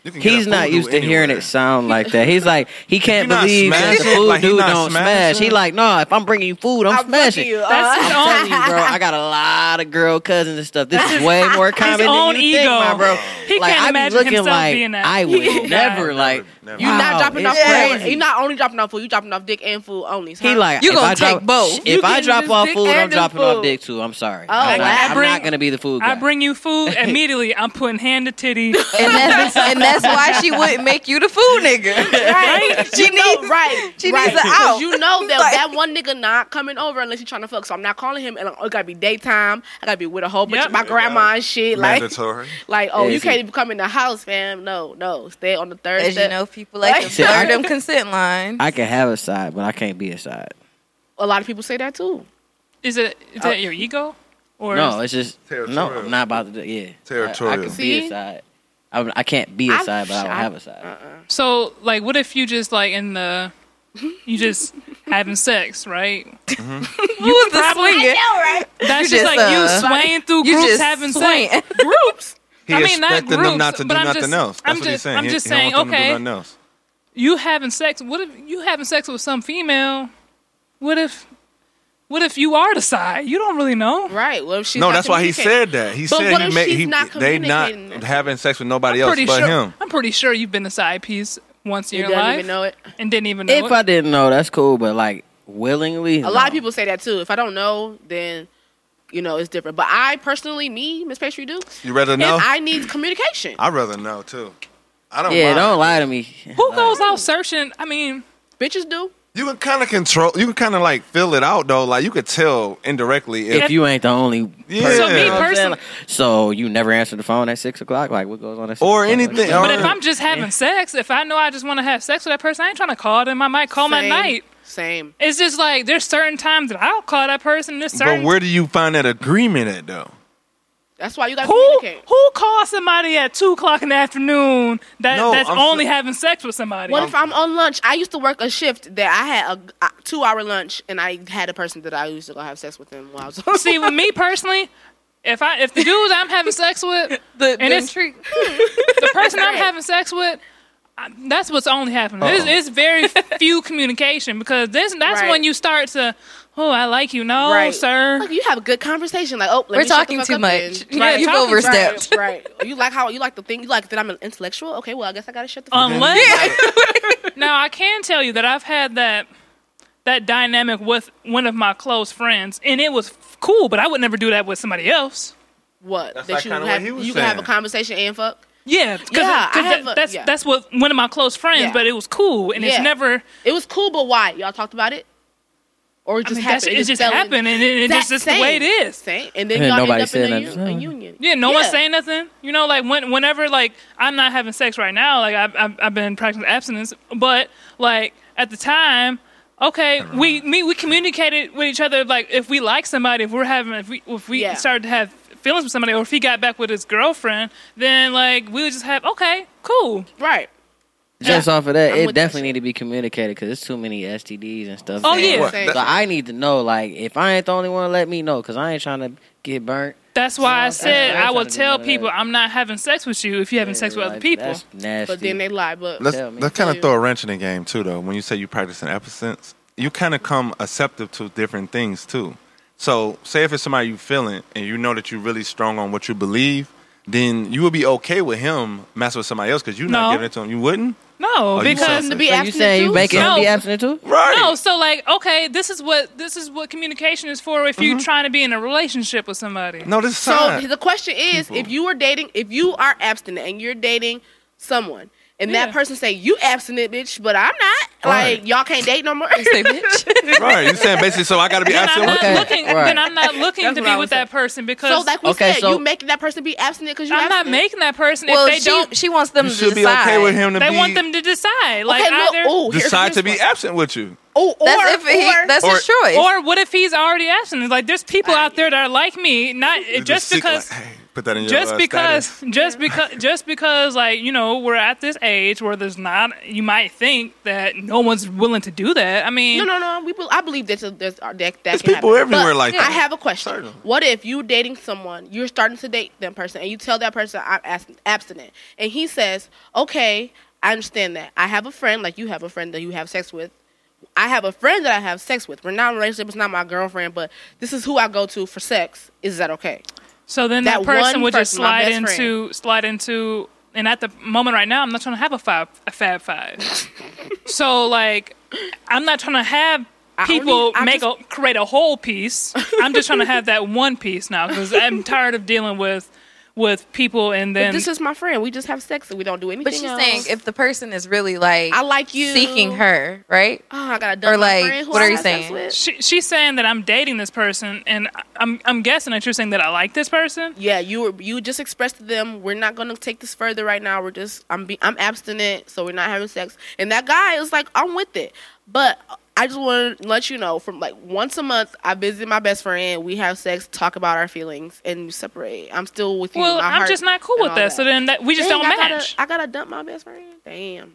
You can get
He's
a
not
voodoo
used to hearing
anywhere.
it sound like that. He's like, he can't
not
believe that the
smashing?
food
Like, he
dude
not
don't smash.
smashing?
He like, nah, if I'm bringing you food, I'm, smashing.
you.
Uh,
That's
*laughs*
his
I'm
own.
telling you, bro, I got a lot of girl cousins and stuff. This is way more common
own
than you think,
ego.
my bro.
He
like,
can't
I be
imagine
looking
himself
like
being that
I
cool guy.
would never like.
Never.
You
Wow,
not dropping off
it's
food.
crazy.
You not only dropping off food. You dropping off dick and food only.
He
huh?
like
You
if
gonna
I drop,
take both.
If
You
I
getting
drop
this
off
dick
food,
and
I'm
this
dropping
food.
off dick too. I'm sorry. I'm,
like,
not,
I
I'm
bring-
not gonna be the food guy.
I bring you food immediately. I'm putting hand to
*laughs*
titty.
And that's, and that's why she wouldn't make you the food nigga.
*laughs*
*laughs*
Right,
She
you know,
needs-
right.
she
right.
needs an
'Cause
out.
You know
*laughs*
that
Like-
that one nigga not coming over unless you trying to fuck. So I'm not calling him. And like, oh, it gotta be daytime. I gotta be with a whole bunch
Yep.
of my grandma and shit. Like,
Mandatory.
like oh,
Yeah,
you
see.
can't even come in the house, fam. No, no, stay on the
As
Thursday.
you know, people like to
Right.
blur them consent lines.
I can have a side, but I can't be a side.
a lot of people say that too.
Is it is
Uh,
that your ego? Or
No,
is-
it's just no.
Territorial.
I'm not about to. Do, yeah, I, I
Territorial.
can be
See?
a side. I, I can't be a
I'm
side, but I don't
shocked.
have a side.
so like what if you just like in the you just having sex, right? *laughs*
You was the swinger.
That's
You
just,
just,
like
uh,
you swaying through
You
groups
just
having
swing. *laughs*
sex. Groups.
He
I mean, not
expecting them
groups,
not to do
but I'm
nothing
just-
else.
I'm
That's what he's
just-
saying.
I'm
He-
just
he don't
saying,
want them to do
okay.
nothing else.
you having sex what if you having sex with some female what if what if you are the side you don't really know
Right. Well, if she's
no,
not
that's why he said
communicating-
that. He
But
said
what
he
if
made
she's
he,
not
they
communicating
not
that?
having sex with nobody else
pretty
but
sure
him.
i'm pretty sure you've been the side piece once in
You
your
don't
life
even know it.
and didn't even know
If
it.
I didn't know, that's cool. But like willingly,
A lot of people say that too. If I don't know, then you know it's different. But I personally, me, Miss Pastry do,
You rather
is
know? I,
I need communication.
would rather know too. I don't.
Yeah,
mind.
don't lie to me.
who goes out searching i mean
Bitches do.
You can kind of control. You can kind of like fill it out though. Like you could tell indirectly if,
*laughs* If you ain't the only
Yeah.
person,
So
you
me
know what I'm saying?
person-
so you never answer the phone at six o'clock. Like what goes on at six
or
o'clock?
anything.
but
or-
if i'm just having sex if i know i just want to have sex with that person i ain't trying to call them i might call them at
Same.
night
Same.
it's just like there's certain times that i'll call that person there's certain
but where do you find that agreement at though?
That's why you got to
who
communicate.
who calls somebody at two o'clock in the afternoon that
No,
that's
I'm
only
so-
having sex with somebody?
What if
Um,
I'm on lunch? I used to work a shift that I had a, a two hour lunch, and I had a person that I used to go have sex with them while I was on.
See, with me personally, if I if the dudes I'm having sex
*laughs*
with,
The,
And
the
it's-
trick.
*laughs* the person I'm having sex with, I, that's what's only happening. It's,
Uh-oh.
it's very few communication because this that's
Right.
when you start to, oh, I like you, no,
Right.
sir.
Like you have a good conversation. Like oh, let
We're
me shut the
talking
fuck
too
up
much.
then.
Yeah,
*laughs*
You've
talking-
overstepped.
Right. You like how you like the thing. You like that I'm an intellectual. Okay, well I guess I gotta shut the fuck up.
Unless now I can tell you that I've had that that dynamic with one of my close friends, and it was f- cool, but I would never do that with somebody else.
*laughs* What?
That's
that
like
you
kinda
have,
what he was
you can have a
saying.
conversation and fuck.
Yeah, cause,
Yeah, I
'cause
have
that-
a-
that's
yeah.
that's what one of my close friends,
Yeah.
but it was cool, and
Yeah.
it's never.
It was cool, but why? Y'all talked about it, or it
I
just
mean, that's,
happened?
it just
fell in-
happened, and it, it
That
just it's the way it
same.
is.
Same. And then
And
y'all
nobody
end up in
said
a,
nothing.
u- a union.
Yeah, no one's saying nothing. You know, like when, whenever like I'm not having sex right now, like I've, I've, I've been practicing abstinence, but like at the time, okay, we me, we communicated with each other like if we like somebody, if we're having if we if we
Yeah.
started to have feelings with somebody, or if he got back with his girlfriend, then like we would just have okay, cool.
Right.
Just off of that,
I'm
it
with that
definitely
shit.
need to be communicated because it's too many STDs and stuff.
Oh,
going
yeah.
on.
What?
Same.
So I need to know, like, if I ain't the only one, let me know because I ain't trying to get burnt.
That's why I
that's-
said
that's
I
what
will
I'm trying to do
tell
with
people
that.
I'm not having sex with you if you're having sex with other
Like,
people.
That's nasty.
But then they lie. But
Let's
Tell me.
let's kind
Yeah.
of throw a wrench in the game too, though. When you say you practice an abstinence, you kind of come acceptive to different things too. So, say if it's somebody you feeling and you know that you're really strong on what you believe, then you will be okay with him messing with somebody else because you're
No.
not giving it to him. You wouldn't,
No,
Oh, you
because
sound
to be
so you
abstinent
saying you
too?
making
No.
him be abstinent too?
right?
No, so like, okay, this is what this is what communication is for if you're trying to be in a relationship with somebody.
No, this is
So
sign.
the question is,
People.
if you were dating, if you are abstinent and you're dating someone, and
Yeah.
that person say you abstinent, bitch, but I'm not.
Right.
Like y'all can't date no more.
Say, bitch.
right? You saying
*laughs*
basically, so I got to be
Then I'm
abstinent.
not
with
Okay,
looking.
right.
Then I'm not looking
That's
to
what I
be
was
with that
saying.
person because
*laughs* so like we
Okay,
said,
so-
you making that person be abstinent because you.
I'm not
abstinent.
making that person
Well,
if they
she,
don't.
she wants them
You
to
should be
decide.
okay with him to
they
be
want them to decide. Like
okay, oh,
either.
look, ooh, here-
decide
here's
to be
one.
absent with you.
Oh, or,
That's if he,
or-
that's his choice.
or what if he's already absent? Like there's people out there that are like me, not
It's
just
secret,
because
like, hey, Put that in your
just
uh,
because
status.
just because just because like you know we're at this age where there's not you might think that no one's willing to do that i mean
No, no, no. We, bel- I believe that there's that, that
There's
can
people
happen.
everywhere
But
like
I
that.
have a question.
Certainly.
What if you dating someone, you're starting to date that person, and you tell that person I'm abs- abstinent, and he says, "Okay, I understand that. I have a friend, like you have a friend that you have sex with. I have a friend that I have sex with. We're not in a relationship. It's not my girlfriend, but this is who I go to for sex. Is that okay?
so then that,
that
person
one
would just
person, my
slide
best friend.
into slide into and at the moment right now i'm not trying to have a five a fab five
*laughs*
so like i'm not trying to have
only-
people
I
make
just-
a create a whole
*laughs*
piece i'm just trying to have that one piece now because i'm tired of dealing with with people and
But
then
this is my friend. We just have sex and we don't do anything.
But she's
else.
saying if the person is really like
I like you
seeking her, right?
Oh, I got a dumb
Or, like,
friend who
what
I
are you
have sex
saying?
with.
she, she's saying that I'm dating this person, and I- I'm I'm guessing that you're saying that I like this person.
yeah, you were you just expressed to them, we're not gonna take this further right now. We're just I'm be, I'm abstinent, so we're not having sex. And that guy is like, I'm with it, but I just want to let you know from like once a month, I visit my best friend, we have sex, talk about our feelings, and we separate. I'm still with you.
Well,
my
I'm
heart
just not cool
and
with
all
that. So then that we just
Dang,
don't
I gotta-
match.
I gotta dump my best friend. Damn.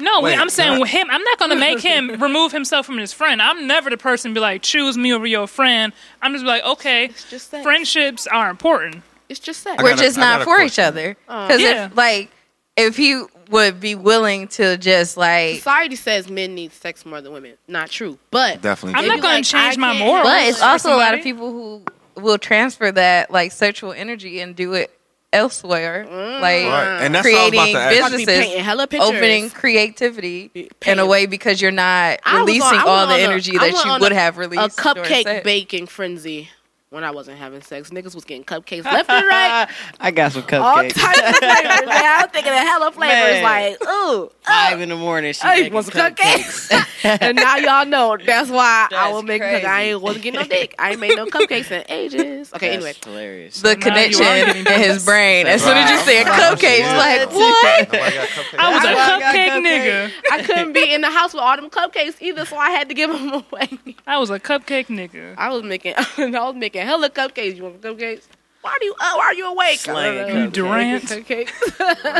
no, we-
Wait,
I'm saying
not-
with him, I'm not going to make him remove himself from his friend. I'm never the person to be like choose me over your friend. I'm just like okay,
It's just sex.
friendships are important.
It's just sex.
I
We're
got a-
just
I
not
got a
for each
question.
other.
Oh.
Because
Yeah.
if like if he would be willing to just like
Society says men need sex more than women. Not true, but
Definitely.
I'm
They
not
be
going
like,
to change
I
my
can't-
morals.
But it's
for
also a lot of
somebody.
people who will transfer that like sexual energy and do it elsewhere, like
Right. And that's what I was about
creating
to ask.
I'd Mm. be
businesses,
painting hella pictures.
opening creativity in a
painting-
way because you're not
I was on-
releasing
I
all
went
the
on a-
energy
I
that
went
you
on
would
a-
have released.
a
during
cupcake
sex.
baking frenzy when I wasn't having sex. Niggas was getting cupcakes left
*laughs*
and right,
I got some
all
cupcakes.
types of flavors. Like, I'm thinking of hella flavors.
Man.
Like, ooh, oh,
Five in the morning. She
I
making
was
cupcakes.
*laughs*
cupcakes.
*laughs*
and now y'all know that's why I
That's
was making. Cause I
crazy.
ain't wasn't getting no dick. I ain't made no cupcakes in ages. Okay,
*laughs*
That's
anyway.
hilarious.
The
now you
connection
are
in
getting
his brain. As soon as you said
Wow.
cupcakes,
Wow.
like what?
Nobody got cupcakes.
I was a
I
got
cupcake
cupcake.
nigga.
I couldn't be in the house with all them cupcakes either, so I had to give them away.
I was a cupcake nigga.
I was making, *laughs* I was making hella cupcakes. You want cupcakes? Why do you? Uh, why are you awake?
Slaying
Uh,
cupcakes.
Durant.
Cupcakes.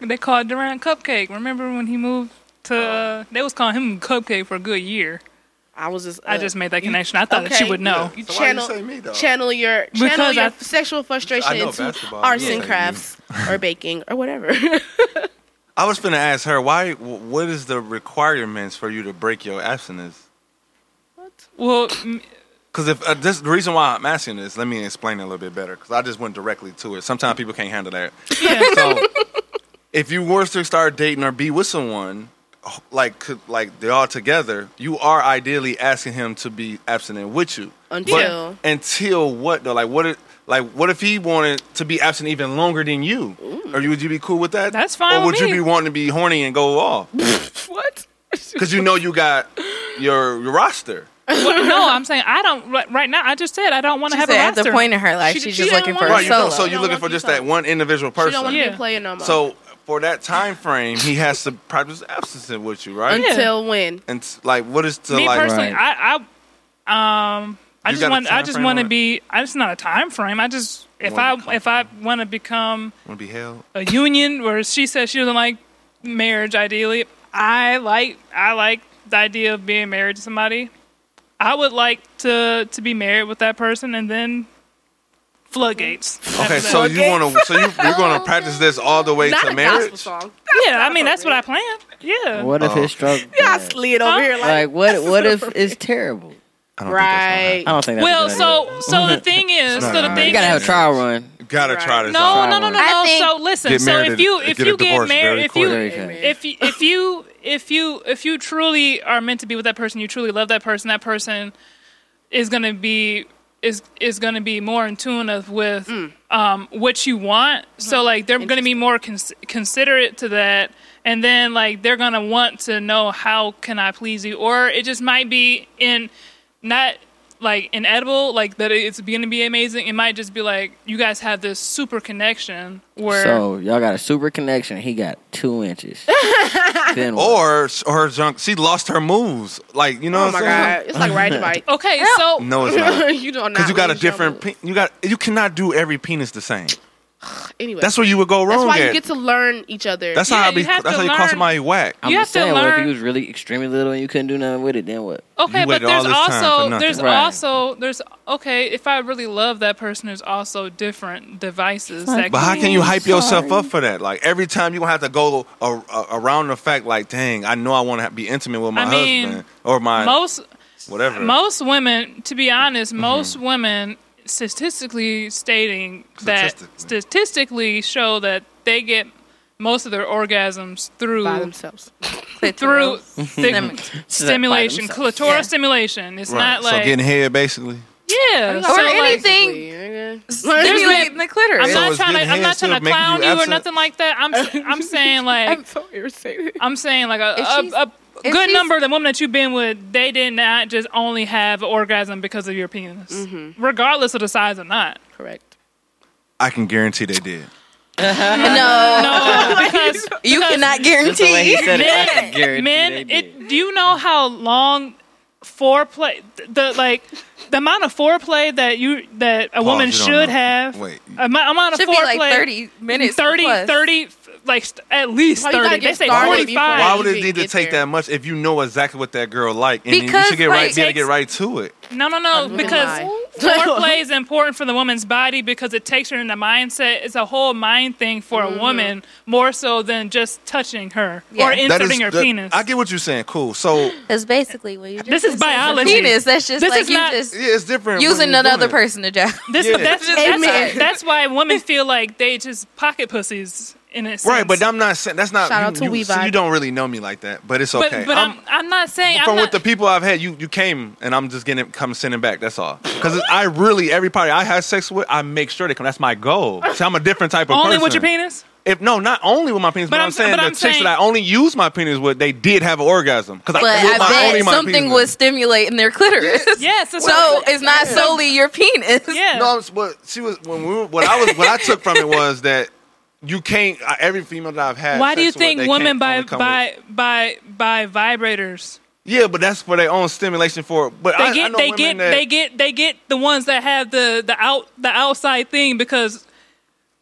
They called Durant Cupcake. Remember when he moved to? Uh, they was calling him Cupcake for a good year.
I was just.
I
uh,
just made that connection. I thought that she
okay.
would know.
You
So why
channel,
you say me, though?
channel your channel
Because
your
I-
sexual frustration
I know
into
basketball.
arts
Yeah.
and
*laughs*
crafts or baking or whatever.
I was finna ask her why. wh- What is the requirements for you to break your abstinence?
Well, m-
Because if uh, this the reason why I'm asking this, let me explain it a little bit better. Because I just went directly to it. Sometimes people can't handle that.
yeah. *laughs*
*laughs*
So if you were to start dating or be with someone, like could- like they're all together, you are ideally asking him to be abstinent with you.
Until-
But until what though? Like what? If, like what if he wanted to be absent even longer than you? Or you would you be cool with that?
That's fine
Or would
with
you
me.
be wanting to be horny and go off?
*laughs* what?
Because you know you got your, your roster.
Well, no, I'm saying I don't. Right, right now, I just said I don't want to
She
have
said
a
at
roster.
the point in her life,
She-
she's
she
just
don't
looking for
want
Right,
a
you know,
solo.
so
You
you're
don't
looking
want
for
these
just that
songs.
one individual
*laughs* She don't
person.
want to be
Yeah.
playing no more.
So for that time frame, he has to practice abstinence with you, right?
until when?
And s- like, what is the
Me
like?
personally,
Right.
I, I, um, I
You
just
got a
want. I
time
just
frame
want to
on it?
be. I just not a time frame. I just if
wanna
I
be
if I want to become
Want to be held?
a union where she says she doesn't like marriage. Ideally, I like I like the idea of being married to somebody. I would like to to be married with that person, and then floodgates.
*laughs* Okay,
after
so
that.
you want to? So you, you're going to practice this all the way
Not
to
a gospel
marriage?
song.
yeah, I mean that's what I plan. Yeah.
What if
Oh.
his
*laughs*
stroke?
I slid over
Huh?
here like,
Like what? What if it's terrible?
I don't think that's gonna
right.
I don't think. That's
Well,
a good idea.
so so
*laughs*
the thing is, so the
You
thing
you gotta
is,
have a trial run.
happen. Gotta try this.
No,
out.
no, no, no,
I
no.
think-
So listen.
Get
So
married
if you
and uh,
if
get
you
a divorce
get
very
married, if you
quick.
if you if you if you if you truly are meant to be with that person, you truly love that person. That person is gonna be is is gonna be more in tune of with um, what you want. So like they're gonna be more cons- considerate to that, and then like they're gonna want to know how can I please you, or it just might be in not like inedible, like that it's gonna be amazing. It might just be like you guys have this super connection where
So y'all got a super connection. He got two
*laughs*
inches. then what?
Or s- her junk. She lost her moves. Like you know. what
Oh my
I'm saying?
god, it's like riding a
*laughs*
bike.
okay, so
No, it's
*laughs*
not.
you don't
Because you got a different. Pe- you got. You cannot do every penis the same.
anyway,
That's where you would go
that's
wrong.
why you
at.
get to learn each other.
That's
Yeah,
how I
you
be.
have
That's
to
how you call
learn-
somebody whack.
I'm
you
just
have to
saying, what if
learn-
he was really extremely little and you couldn't do nothing with it? Then what?
okay,
You
but
waited
there's
all this time for
also
nothing.
there's
Right.
also there's okay. If I really love that person, there's also different devices. That
But how
can
can you hype yourself up for that? Like every time you gonna have to go a, a- around the fact, like, dang, I know I want to be intimate with my
I mean,
husband or my
most
whatever.
most women, to be honest, most
Mm-hmm.
women statistically stating that
Statistically.
statistically show that they get most of their orgasms through
*laughs*
by themselves. Mm-hmm.
through
Stim-
the stimulation,
By
clitoral stimulation. It's
Right.
not like
so getting head basically.
yeah,
Or
so like-
anything.
*laughs*
There's
stimulate
been-
the clitoris.
I'm
So
not
it's
trying to.
getting
I'm not
hands
trying
to
to
make you
clown you, or
absent?
nothing like that. I'm. s- I'm
*laughs*
saying like.
I'm so irritated.
I'm saying like a,
If she's-
a, a
if
good
she's-
number of the women that you've been with, they did not just only have an orgasm because of your penis, regardless of the size or not.
Correct.
I can guarantee they did.
*laughs* No, because
You cannot
Just the way he
guarantee.
said it, I can guarantee
men, *laughs*
they did.
it, do you know how long foreplay the, the like the amount of foreplay that you that a woman
you don't
should
know.
have?
Wait.
amount, amount of
Should be
foreplay
like 30 minutes.
30,
plus.
30 like st- at least
Why you gotta
thirty.
get
They say
started
forty
before-
Why
five.
would it
you
need to
get
take
there.
that much if you know exactly what that girl like? And then you
Because,
should get
like,
right, be able to get
takes-
right to it.
No, no, no.
wouldn't
Because
lie.
*laughs* foreplay is important for the woman's body because it takes her in the mindset. It's a whole mind thing for a woman more so than just touching her
Yeah.
or
That
Mm-hmm. That is-
inserting her
that-
penis.
I get what you're saying. Cool. So yeah,
That's basically what you just
This is biology.
penis. That's just
This
like
is
you
not-
just
it's different. when
using
you're doing
another
it.
person to
*laughs*
jack.
This,
Yeah.
that's,
Amen.
*laughs*
that's, that's why women feel like they just pocket pussies in a sense.
Right, but I'm not saying that's not.
Shout
you,
out to
you-
We
see,
Vibe.
you don't really know me like that, but it's
But,
okay.
but
I'm-
I'm, I'm not saying
from
I'm
what
not,
the people I've had, you you came and I'm just getting come sending back. That's all. Because I really everybody I had sex with, I make sure they come. That's my goal. So I'm a different type of
only
person.
with your penis.
If no, not only with my penis,
But
but,
I'm
I'm, saying
but
the
I'm
chicks
saying-
that I only use my penis with, they did have an orgasm. Because
But
I, with my,
I
only
bet
my
something
penis.
was stimulating their clitoris.
Yes, that's
So
what-
it's not solely your penis.
*laughs* yeah.
No, I'm s- but she was when we were, what I was what I took from it was that you can't. I- Every female that I've had.
why do you
sex with,
think
they
women
can't
buy
only come with-
buy buy buy vibrators?
Yeah, but that's for their own stimulation. For but
They
I- I
get
know
they
women
get
that-
they get they get the ones that have the the out the outside thing because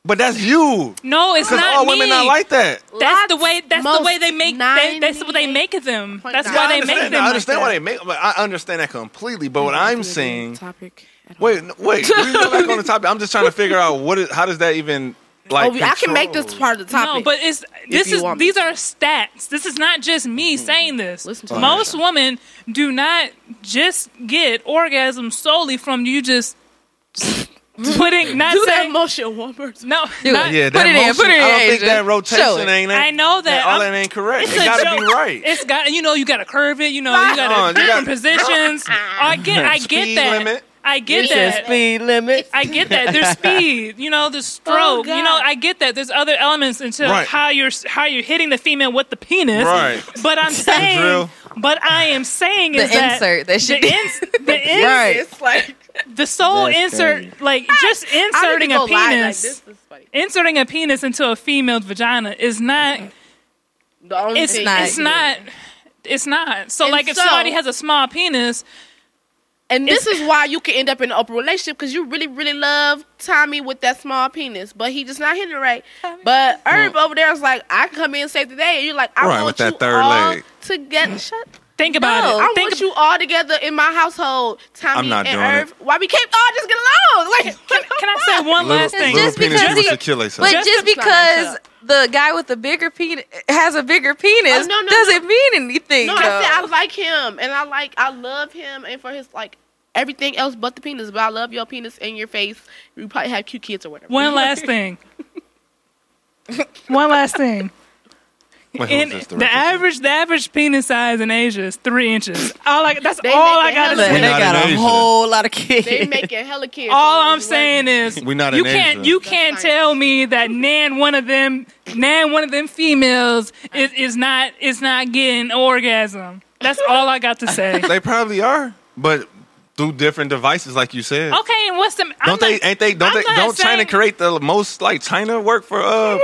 But that's you.
no, it's
Because
not
all
me.
women not like that.
that's the way that's the
Most
way they make they, that's what they make them. That's
Yeah,
why
I
they
understand
make
that.
them.
I understand
like
why
that.
they make. But I understand that completely. But what I'm saying,
Topic. at all.
wait, n- wait,
*laughs*
we go back on the topic. I'm just trying to figure out what is, how does that even like.
Oh, we- I can make this
control?
part of the topic.
No, but it's this
you
is
want me
these
Mm-hmm.
are stats. This is not just me saying this.
Listen to
Most women do not just get orgasm solely from you
*laughs*
just putting not
do that
saying
motion one person.
no.
Do
not-
it.
Yeah, that
Put it in,
motion,
put it in,
I don't think
Asia.
that
Show
rotation
it.
ain't.
I know that.
all
I'm-
that ain't correct.
It's
It
a
gotta
joke.
be right.
It's got you know you got to curve it. You know you
Uh,
got
you
to different
gotta- *laughs*
positions. Oh, I get I get
Speed
that.
limit.
I get
It's a
that.
speed limit.
I get that.
*laughs*
There's speed, you know. There's
Oh,
stroke, you know. I get that. There's other elements into
Right.
how you're how you're hitting the female with the penis.
Right.
But
*laughs*
I'm saying,
drill.
but I am saying
The
is that
insert that she
the
did.
ins, the
*laughs*
ins,
It's like
the sole
That's
insert,
crazy.
like just
I didn't
inserting a
go live like
penis,
this. This is funny.
inserting a penis into a female's vagina is not.
The only
It's
thing
It's not. It's not. So,
And
like, if
so-
somebody has a small penis,
And this is why you can end up in an open relationship because you really, really love Tommy with that small penis, but he just not hitting it right. But Herb over there is like, I can come in and save the day, and you're like, I
Right,
want
with that
you
third
all
leg.
together. Shut.
think about
No,
it.
I
think
want you all together in my household, Tommy
I'm not
and
doing
Irv. Why we can't all just get along? *laughs* Like,
Can, can I say one
Little,
last thing?
little
Just
penis
because
wants
he-
to kill himself.
But
Just
just
to flatten it
because the guy with the bigger penis has a bigger penis
Oh, no, no,
doesn't mean anything.
No, I said I
though.
like him, and I like I love him, and for his like everything else but the penis. But I love your penis and your face. You probably have cute kids or whatever. *laughs*
One last thing. one last thing.
*laughs* Wait, who
In,
is this
the
directed to?
average, the average penis size in Asia is three inches. All I, that's
They
all
make
I
it
gotta
hella-
They
say.
We're not
got
in
a
Asia.
whole lot of
They
kids.
making hella kids.
*laughs* All I'm saying is,
We're not
you
in
can't
Asia.
you can't
science.
tell me that nan one of them nan one of them females is, is not
*laughs*
is not getting orgasm. That's all I got to say.
They probably are, but through different devices, like you said.
Okay, and what's the? I'm
Don't they?
not-
Ain't they? Don't
I'm
they?
not
Don't China
saying-
create the most like China work for uh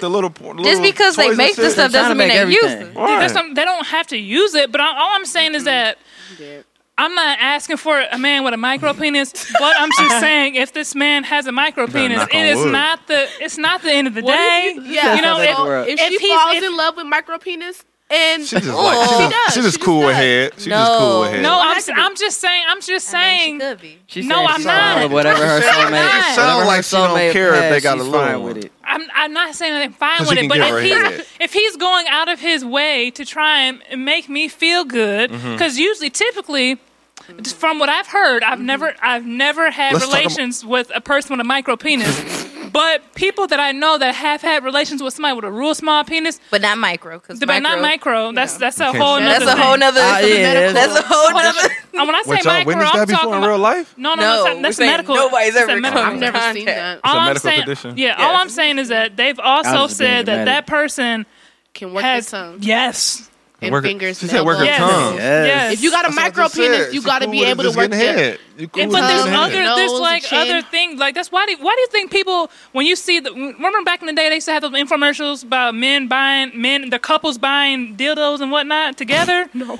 *laughs*
the little, por- little
Just because they
toys and
make the
shit?
stuff
China
doesn't mean
make
they use
everything.
it.
Right.
That's some, they don't have to use it, but I, all I'm saying is that
Yeah.
I'm not asking for a man with a micro penis, but I'm
*laughs*
just saying if this man has a micro penis,
knock on
it is
wood.
not the it's not the end of the
What
day.
if you- yeah,
you know,
Sounds like
if-
the world.
if,
if
she
he's-
falls
if-
in love with micro penis and
She just like she,
She
just-
does.
she
She
just
just
cool
does.
ahead. She just cool
No.
ahead.
no, I'm,
Well,
s-
that could
I'm just saying I'm just
I
saying
mean, she could be.
She's
No,
saying
I'm
she's
not.
fine with Whatever her
She
soulmate,
sound
whatever her
like she don't
soulmate
care if they
has,
got a
she's
little
fine
one.
with it.
I'm I'm not saying that I'm fine
'Cause
with
you
it,
can
but
give her
if he's
head.
if he's going out of his way to try and and make me feel good,
Mm-hmm.
because usually, typically. just From what I've heard,
Mm-hmm.
I've never, I've never had
Let's talk ab-
relations with a person with a micro penis,
*laughs*
but people that I know that have had relations with somebody with a real small penis,
But not micro, because
but not micro. That's that's a
Okay.
whole.
That's
nother
a whole
thing.
nother.
Ah, yeah, that's-
that's a whole nother.
And when I say
Wait, y'all
micro,
witnessed
I'm
that
talking
before in
about
real life?
No, no,
No,
that's, that's
we're saying
medical.
nobody's
That's a
ever
medical.
come.
I've never seen
Contact.
that.
All
a
I'm
medical
saying-
condition.
Yeah, all I'm saying is that they've also
just being
said that that
dramatic.
person
Can work
has
the tongue
yes,
and
Work her-
fingers.
she said work her
Yes.
tongue.
yes.
If you got a
That's what I
micro
just
penis,
said.
you
She
got to
cool
be
with it
able to
just
work
getting
there.
head. You cool
And,
with
but
it
there's
just getting
Tongue,
other,
head.
there's
nose,
like
chin.
other things. Like that's why do why do you think people when you see the remember back in the day they used to have those infomercials about men buying men the couples buying dildos and
*laughs*
whatnot together. no,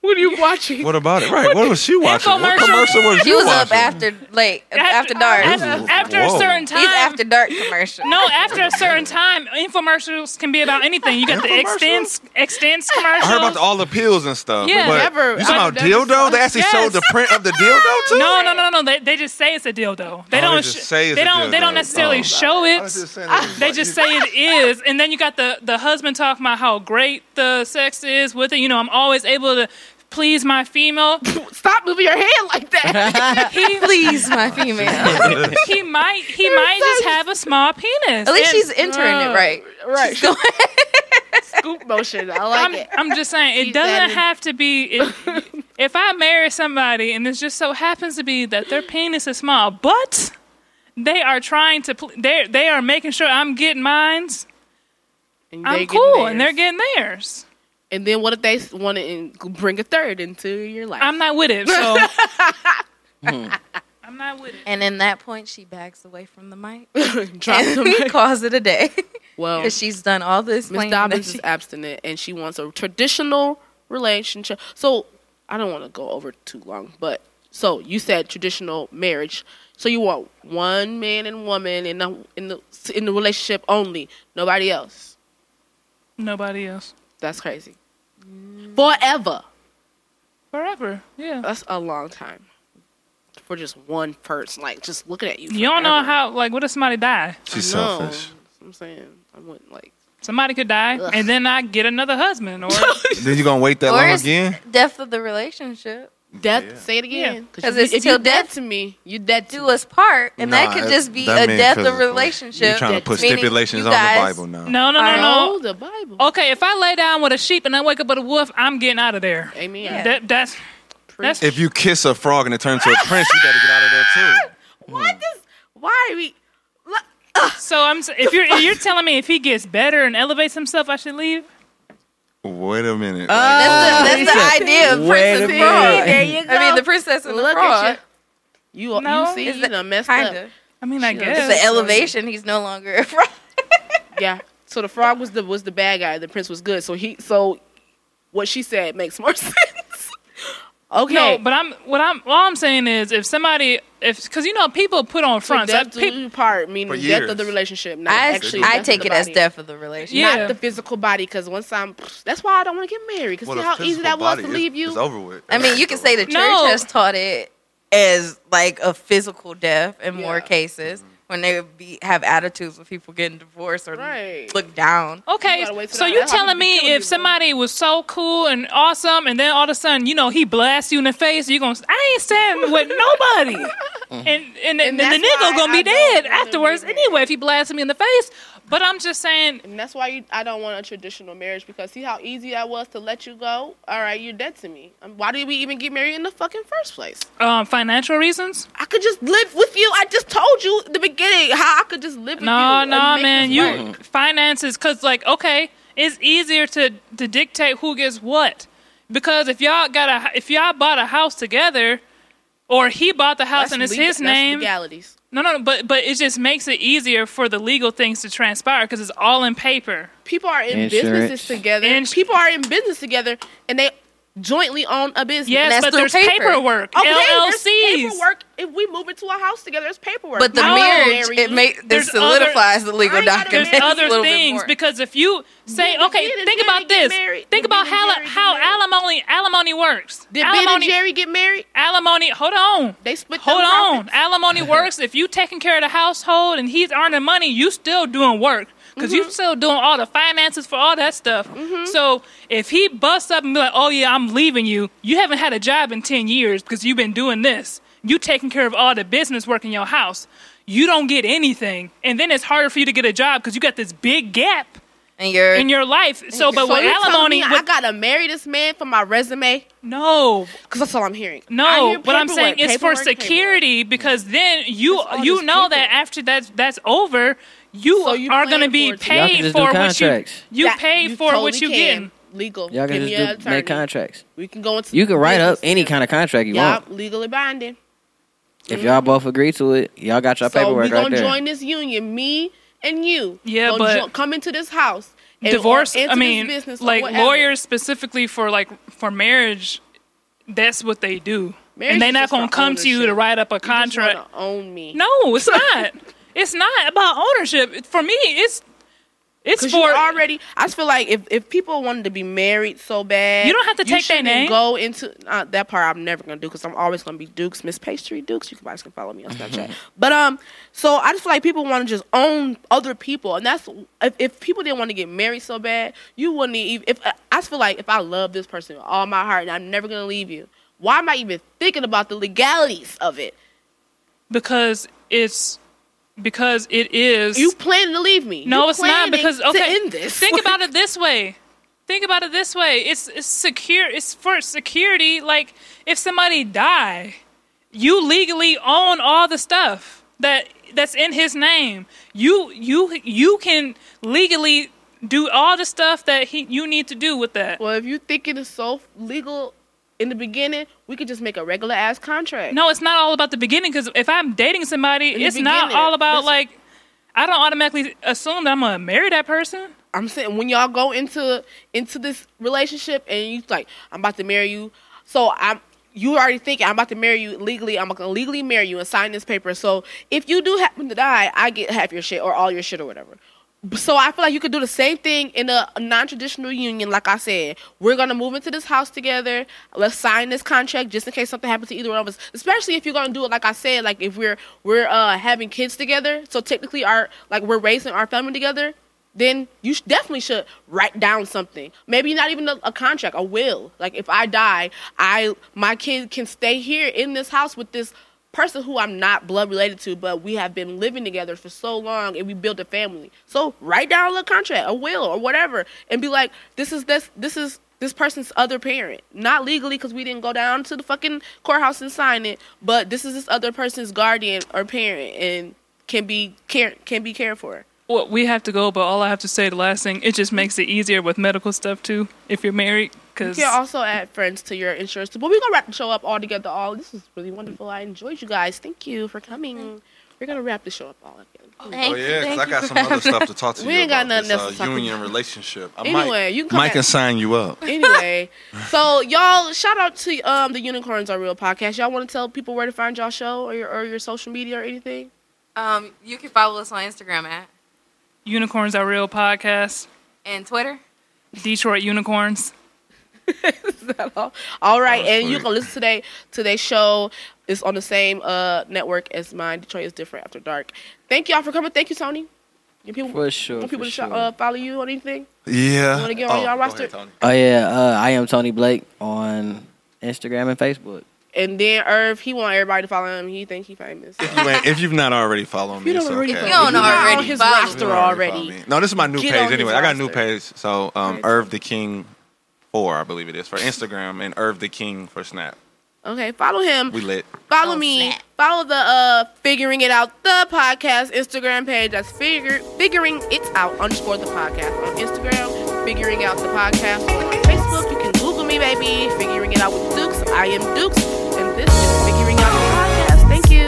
What are you watching?
What about it? Right. What was she watching? What
Infomercial.
commercial was
She
you
was
watching?
up after late, *laughs* after dark.
After, after a
Whoa.
certain time,
These after dark commercials.
No, after a certain time, infomercials can be about anything. You got the extends extends commercials.
I heard about the, all the pills and stuff.
Yeah.
but
Never.
You talking about
I've never
dildo?
saw-
They actually
Yes.
showed the print of the dildo too.
no, no, no, no, no. They, they just say it's a dildo. They
Oh, they
don't.
just
sh-
say it's
they
a
don't. They
dildo.
don't necessarily
Oh.
show
I
it.
was just saying, it was
They
like-
just say it is, and then you got the the husband talking about how great the sex is with it. You know, I'm always able to please my
*laughs*
female.
Stop moving your hand *laughs*
*laughs*
like that.
He
Please, *laughs* my female. At
he might he might just have a small penis.
least
And
she's entering it
Bro.
right.
right.
She's going-
Scoop motion. I like
I'm,
it.
I'm just saying it
Keep that
doesn't
in-
have to be.
*laughs*
If, if I marry somebody and it just so happens to be that their penis is small, but they are trying to pl- they they are making sure I'm getting mines.
And
I'm
they're
cool,
getting
and
theirs.
they're getting theirs.
And then what if they want to bring a third into your life?
I'm not with it,
*laughs*
so I'm not with it.
and in that point, she backs away from the mic
*laughs*
*laughs* Drop
*laughs*
the
and
mic.
calls it a *laughs* day
Well,
because she's done all this.
Miss Dobbins is abstinent, and she wants a traditional relationship. So I don't want to go over too long, but so you said traditional marriage. So you want one man and woman in the in the in the relationship only, nobody else.
Nobody else
That's crazy. Forever.
forever. Yeah,
That's a long time for just one person. Like just looking at you.
you don't know
forever.
how. Like, what if somebody die?
She's
I know.
selfish.
I'm saying I wouldn't like.
Somebody could die,
Ugh.
and then I get another husband. Or
Then you gonna wait that
Or
long
is
again?
death of the relationship.
Death.
Yeah.
Say it again.
Because
you-
it's
if you're
till
dead
death-
to me, you're dead to
Do us part, and that
Nah,
could just be
that
a
mean
death of
physical.
relationship.
You're trying to put
meaning you
stipulations on the
guys-
Bible
*laughs*
now.
no, no, no,
I
no.
Oh, the Bible.
Okay, if I lay down with a sheep and I wake up with a wolf, I'm getting out of there.
Amen.
Yeah.
That, that's that's
If you kiss a frog and it turns to a prince, you better get out of there too.
Why does? Why are we?
so. I'm s- if you're if you're telling me if he gets better and elevates himself, I should leave.
Wait a minute.
Uh,
That's the, that's the idea of
Wait
Princess
a
and
minute.
Frog.
There you
I mean, the Princess and the
Look at
Frog.
you. You,
No.
you see,
Is
you
that-
done messed
Kind
up.
of.
I mean, I
Sure.
guess.
It's an elevation. He's no longer a frog.
Yeah. So the frog was the was the bad guy. The prince was good. So he so what she said makes more *laughs* sense. okay.
No, but I'm what I'm all I'm saying is if somebody if because you know people put on
so
fronts. I-
death
pe-
do part meaning
For
death
years.
of the relationship. Not
*laughs* I,
actually,
I
death
take
of the
it as
body.
death of the relationship.
Yeah.
Not the physical body, because once I'm, that's why I don't want to get married. Because
Well,
see
the
how easy
physical
that was
body,
to
it's-
leave you.
It's over with.
I mean, you
It's
can
over
say the
with.
church
No.
has taught it as like a physical death in more
Yeah.
cases when they would be have attitudes with people getting divorced or
Right.
look down.
okay,
You gotta wait till
so
that-
you
that
telling
happened to
me
kill you,
if
bro.
somebody was so cool and awesome, and then all of a sudden you know he blasts you in the face, you gonna s- I ain't
*laughs*
standing with nobody. And and,
Mm-hmm. And
and, the
that's
nigga
why
gonna
I
be
don't
dead
wanna be
afterwards
married.
anyway if he blasts me in the face. But I'm just saying
And that's why you, I don't want a traditional marriage because see how easy that was to let you go? All right, you're dead to me. Um, why did we even get married in the fucking first place?
um, financial reasons.
I could just live with you. I just told you at the beginning how I could just live with
No,
you. and
no,
make
man.
this
You
work.
finances, cause like, okay, it's easier to to dictate who gets what. Because if y'all got a, if y'all bought a house together, Or he bought the house
That's
and it's
legal-
his
that's
name.
Legalities.
No, no, but but it just makes it easier for the legal things to transpire because it's all in paper.
People are in
Insurance.
businesses together.
Ins-
people are in business together, and they jointly own a business.
Yes,
that's
but
through
there's
paper.
paperwork.
Okay, Oh, there's
LLCs.
paperwork. If we move into a house together, there's paperwork.
But the
No,
marriage,
Mary
it
Lou.
make
There's
this solidifies the legal
I gotta
document.
There's
Yes,
*laughs*
other
a little bit
things
more.
because if you say,
Did Ben
okay,
and
think
Jerry
about
get
this.
married?
Think
Did
about
Ben and
how
Jerry get
how
married?
alimony alimony works.
Did Ben and
alimony
Jerry get married?
alimony. Hold on.
They split.
Hold
them
on.
profits.
Alimony works if you taking care of the household and he's earning money, you still doing work because
Mm-hmm.
you still doing all the finances for all that stuff. So if he busts up and be like, "Oh yeah, I'm leaving you," you haven't had a job in ten years because you've been doing this. You taking care of all the business work in your house. You don't get anything, and then it's harder for you to get a job because you got this big gap
And you're,
in your life. So, but
so
with
you telling
alimony,
me I
with-
gotta marry this man for my resume
no,
because that's all I'm hearing. I
No,
hear
what I'm saying
paperwork,
is for
paperwork, paperwork.
security because then you
It's all
you
just
know that
paperwork.
after that's that's over, you
So you
are going to
plan
be
for it.
Y'all can
paid
just do
for what you
contracts.
you
That-
pay for what
totally
you
can.
get.
Legal.
Y'all
Give
can
me an
just do,
attorney.
make contracts.
We can go into.
You can write up any kind of contract you
Y'all
want
legally binding.
if y'all both agree to it. Y'all got your
so
paperwork
we
right
gonna
there.
join this union, me and you.
Yeah,
Gonna
but-
jo- come into this house. and- or
Divorce.
into
I
this
mean,
business or
like
whatever.
lawyers specifically for like for marriage, that's what they do,
Marriage
and they're
is
not
just
going to
for
come to you to
ownership.
write up a
You just wanna
contract.
Own me.
No, it's not. *laughs* It's not about ownership. For me, it's it's
Cause
for
you already, I just feel like if, if people wanted to be married so bad,
You don't have to take their
shouldn't
name.
Go into uh, that part. I'm never gonna do because I'm always gonna be Dukes, Miss Pastry Dukes. You can guys can follow me on
*laughs*
Snapchat. but um, so I just feel like people want to just own other people, and that's if, if people didn't want to get married so bad, you wouldn't even. If uh, I just feel like if I love this person with all my heart and I'm never gonna leave you, why am I even thinking about the legalities of it?
because it's because it is
You plan to leave me?
No,
You
it's not
planning
because okay.
to end this.
Think about it this way. Think about it this way. It's, it's secure. It's for security. Like if somebody die, you legally own all the stuff that that's in his name. You you you can legally do all the stuff that he you need to do with that.
Well, if you think it is so legal in the beginning, we could just make a regular ass contract.
No, it's not all about the beginning. Because if I'm dating somebody,
the
it's not
beginning,
all about
this-
like. I don't automatically assume that I'm gonna marry that person.
I'm saying when y'all go into into this relationship and you like, I'm about to marry you, so I'm you already thinking I'm about to marry you legally. I'm gonna legally marry you and sign this paper. So if you do happen to die, I get half your shit or all your shit or whatever. So I feel like you could do the same thing in a non-traditional union. Like I said, we're gonna move into this house together. Let's sign this contract just in case something happens to either one of us. Especially if you're gonna do it, like I said, like if we're we're uh, having kids together. So technically, our like we're raising our family together. Then you sh- definitely should write down something. Maybe not even a, a contract, a will. Like if I die, I my kid can stay here in this house with this person who I'm not blood related to, but we have been living together for so long and we built a family. So write down a little contract, a will or whatever, and be like, this is this this is this person's other parent, not legally because we didn't go down to the fucking courthouse and sign it, but this is this other person's guardian or parent and can be care can be cared for.
Well, we have to go, but all I have to say, the last thing, it just makes it easier with medical stuff too, if you're married, because
You can also add friends to your insurance. But we're gonna wrap the show up all together. All this is really wonderful. I enjoyed you guys. Thank you for coming. We're gonna wrap the show up all again.
*laughs* Oh yeah, because I got some other stuff to talk to
*laughs* We
you
ain't got
about
nothing
this,
else to
uh,
talk
union
about.
relationship. I
Anyway,
might,
you can come
Mike
back.
can sign you up.
Anyway, so y'all shout out to um the Unicorns Are Real podcast. Y'all want to tell people where to find y'all show or your or your social media or anything? *laughs*
um, you can follow us on Instagram at
Unicorns Are Real podcast,
and Twitter.
Detroit Unicorns.
all all
That
right,
was
and you
sweet.
can listen today. Today's show is on the same uh network as mine. Detroit is different after dark. Thank y'all for coming. Thank you, Tony. Your people
For sure,
want people
for
to
sure.
sh- uh, follow you on anything?
Yeah.
You wanna get on y'all
go
roster?
ahead, Tony.
Oh yeah, uh, I am Tony Blake on Instagram and Facebook.
And then Irv, he want everybody to follow him. He think he famous.
If, you ain't, if you've not already followed me,
You don't
it's
already
okay.
follow
You don't
me. You're
already
on his
follow me.
You
roster
don't already follow
already.
me. No, this is my new
Get on
page
his
anyway. I got a new
roster.
page. So um, Irv the King four, I believe it is, for Instagram, and Irv the King for Snap.
Okay, follow him.
We lit.
Follow
Oh,
me.
snap.
Follow the uh figuring it out the podcast Instagram page. That's figure figuring it out underscore the podcast on Instagram. Figuring out the podcast on Facebook. You can Google me, baby. Figuring it out with Dukes. I am Dukes, and this is figuring out. The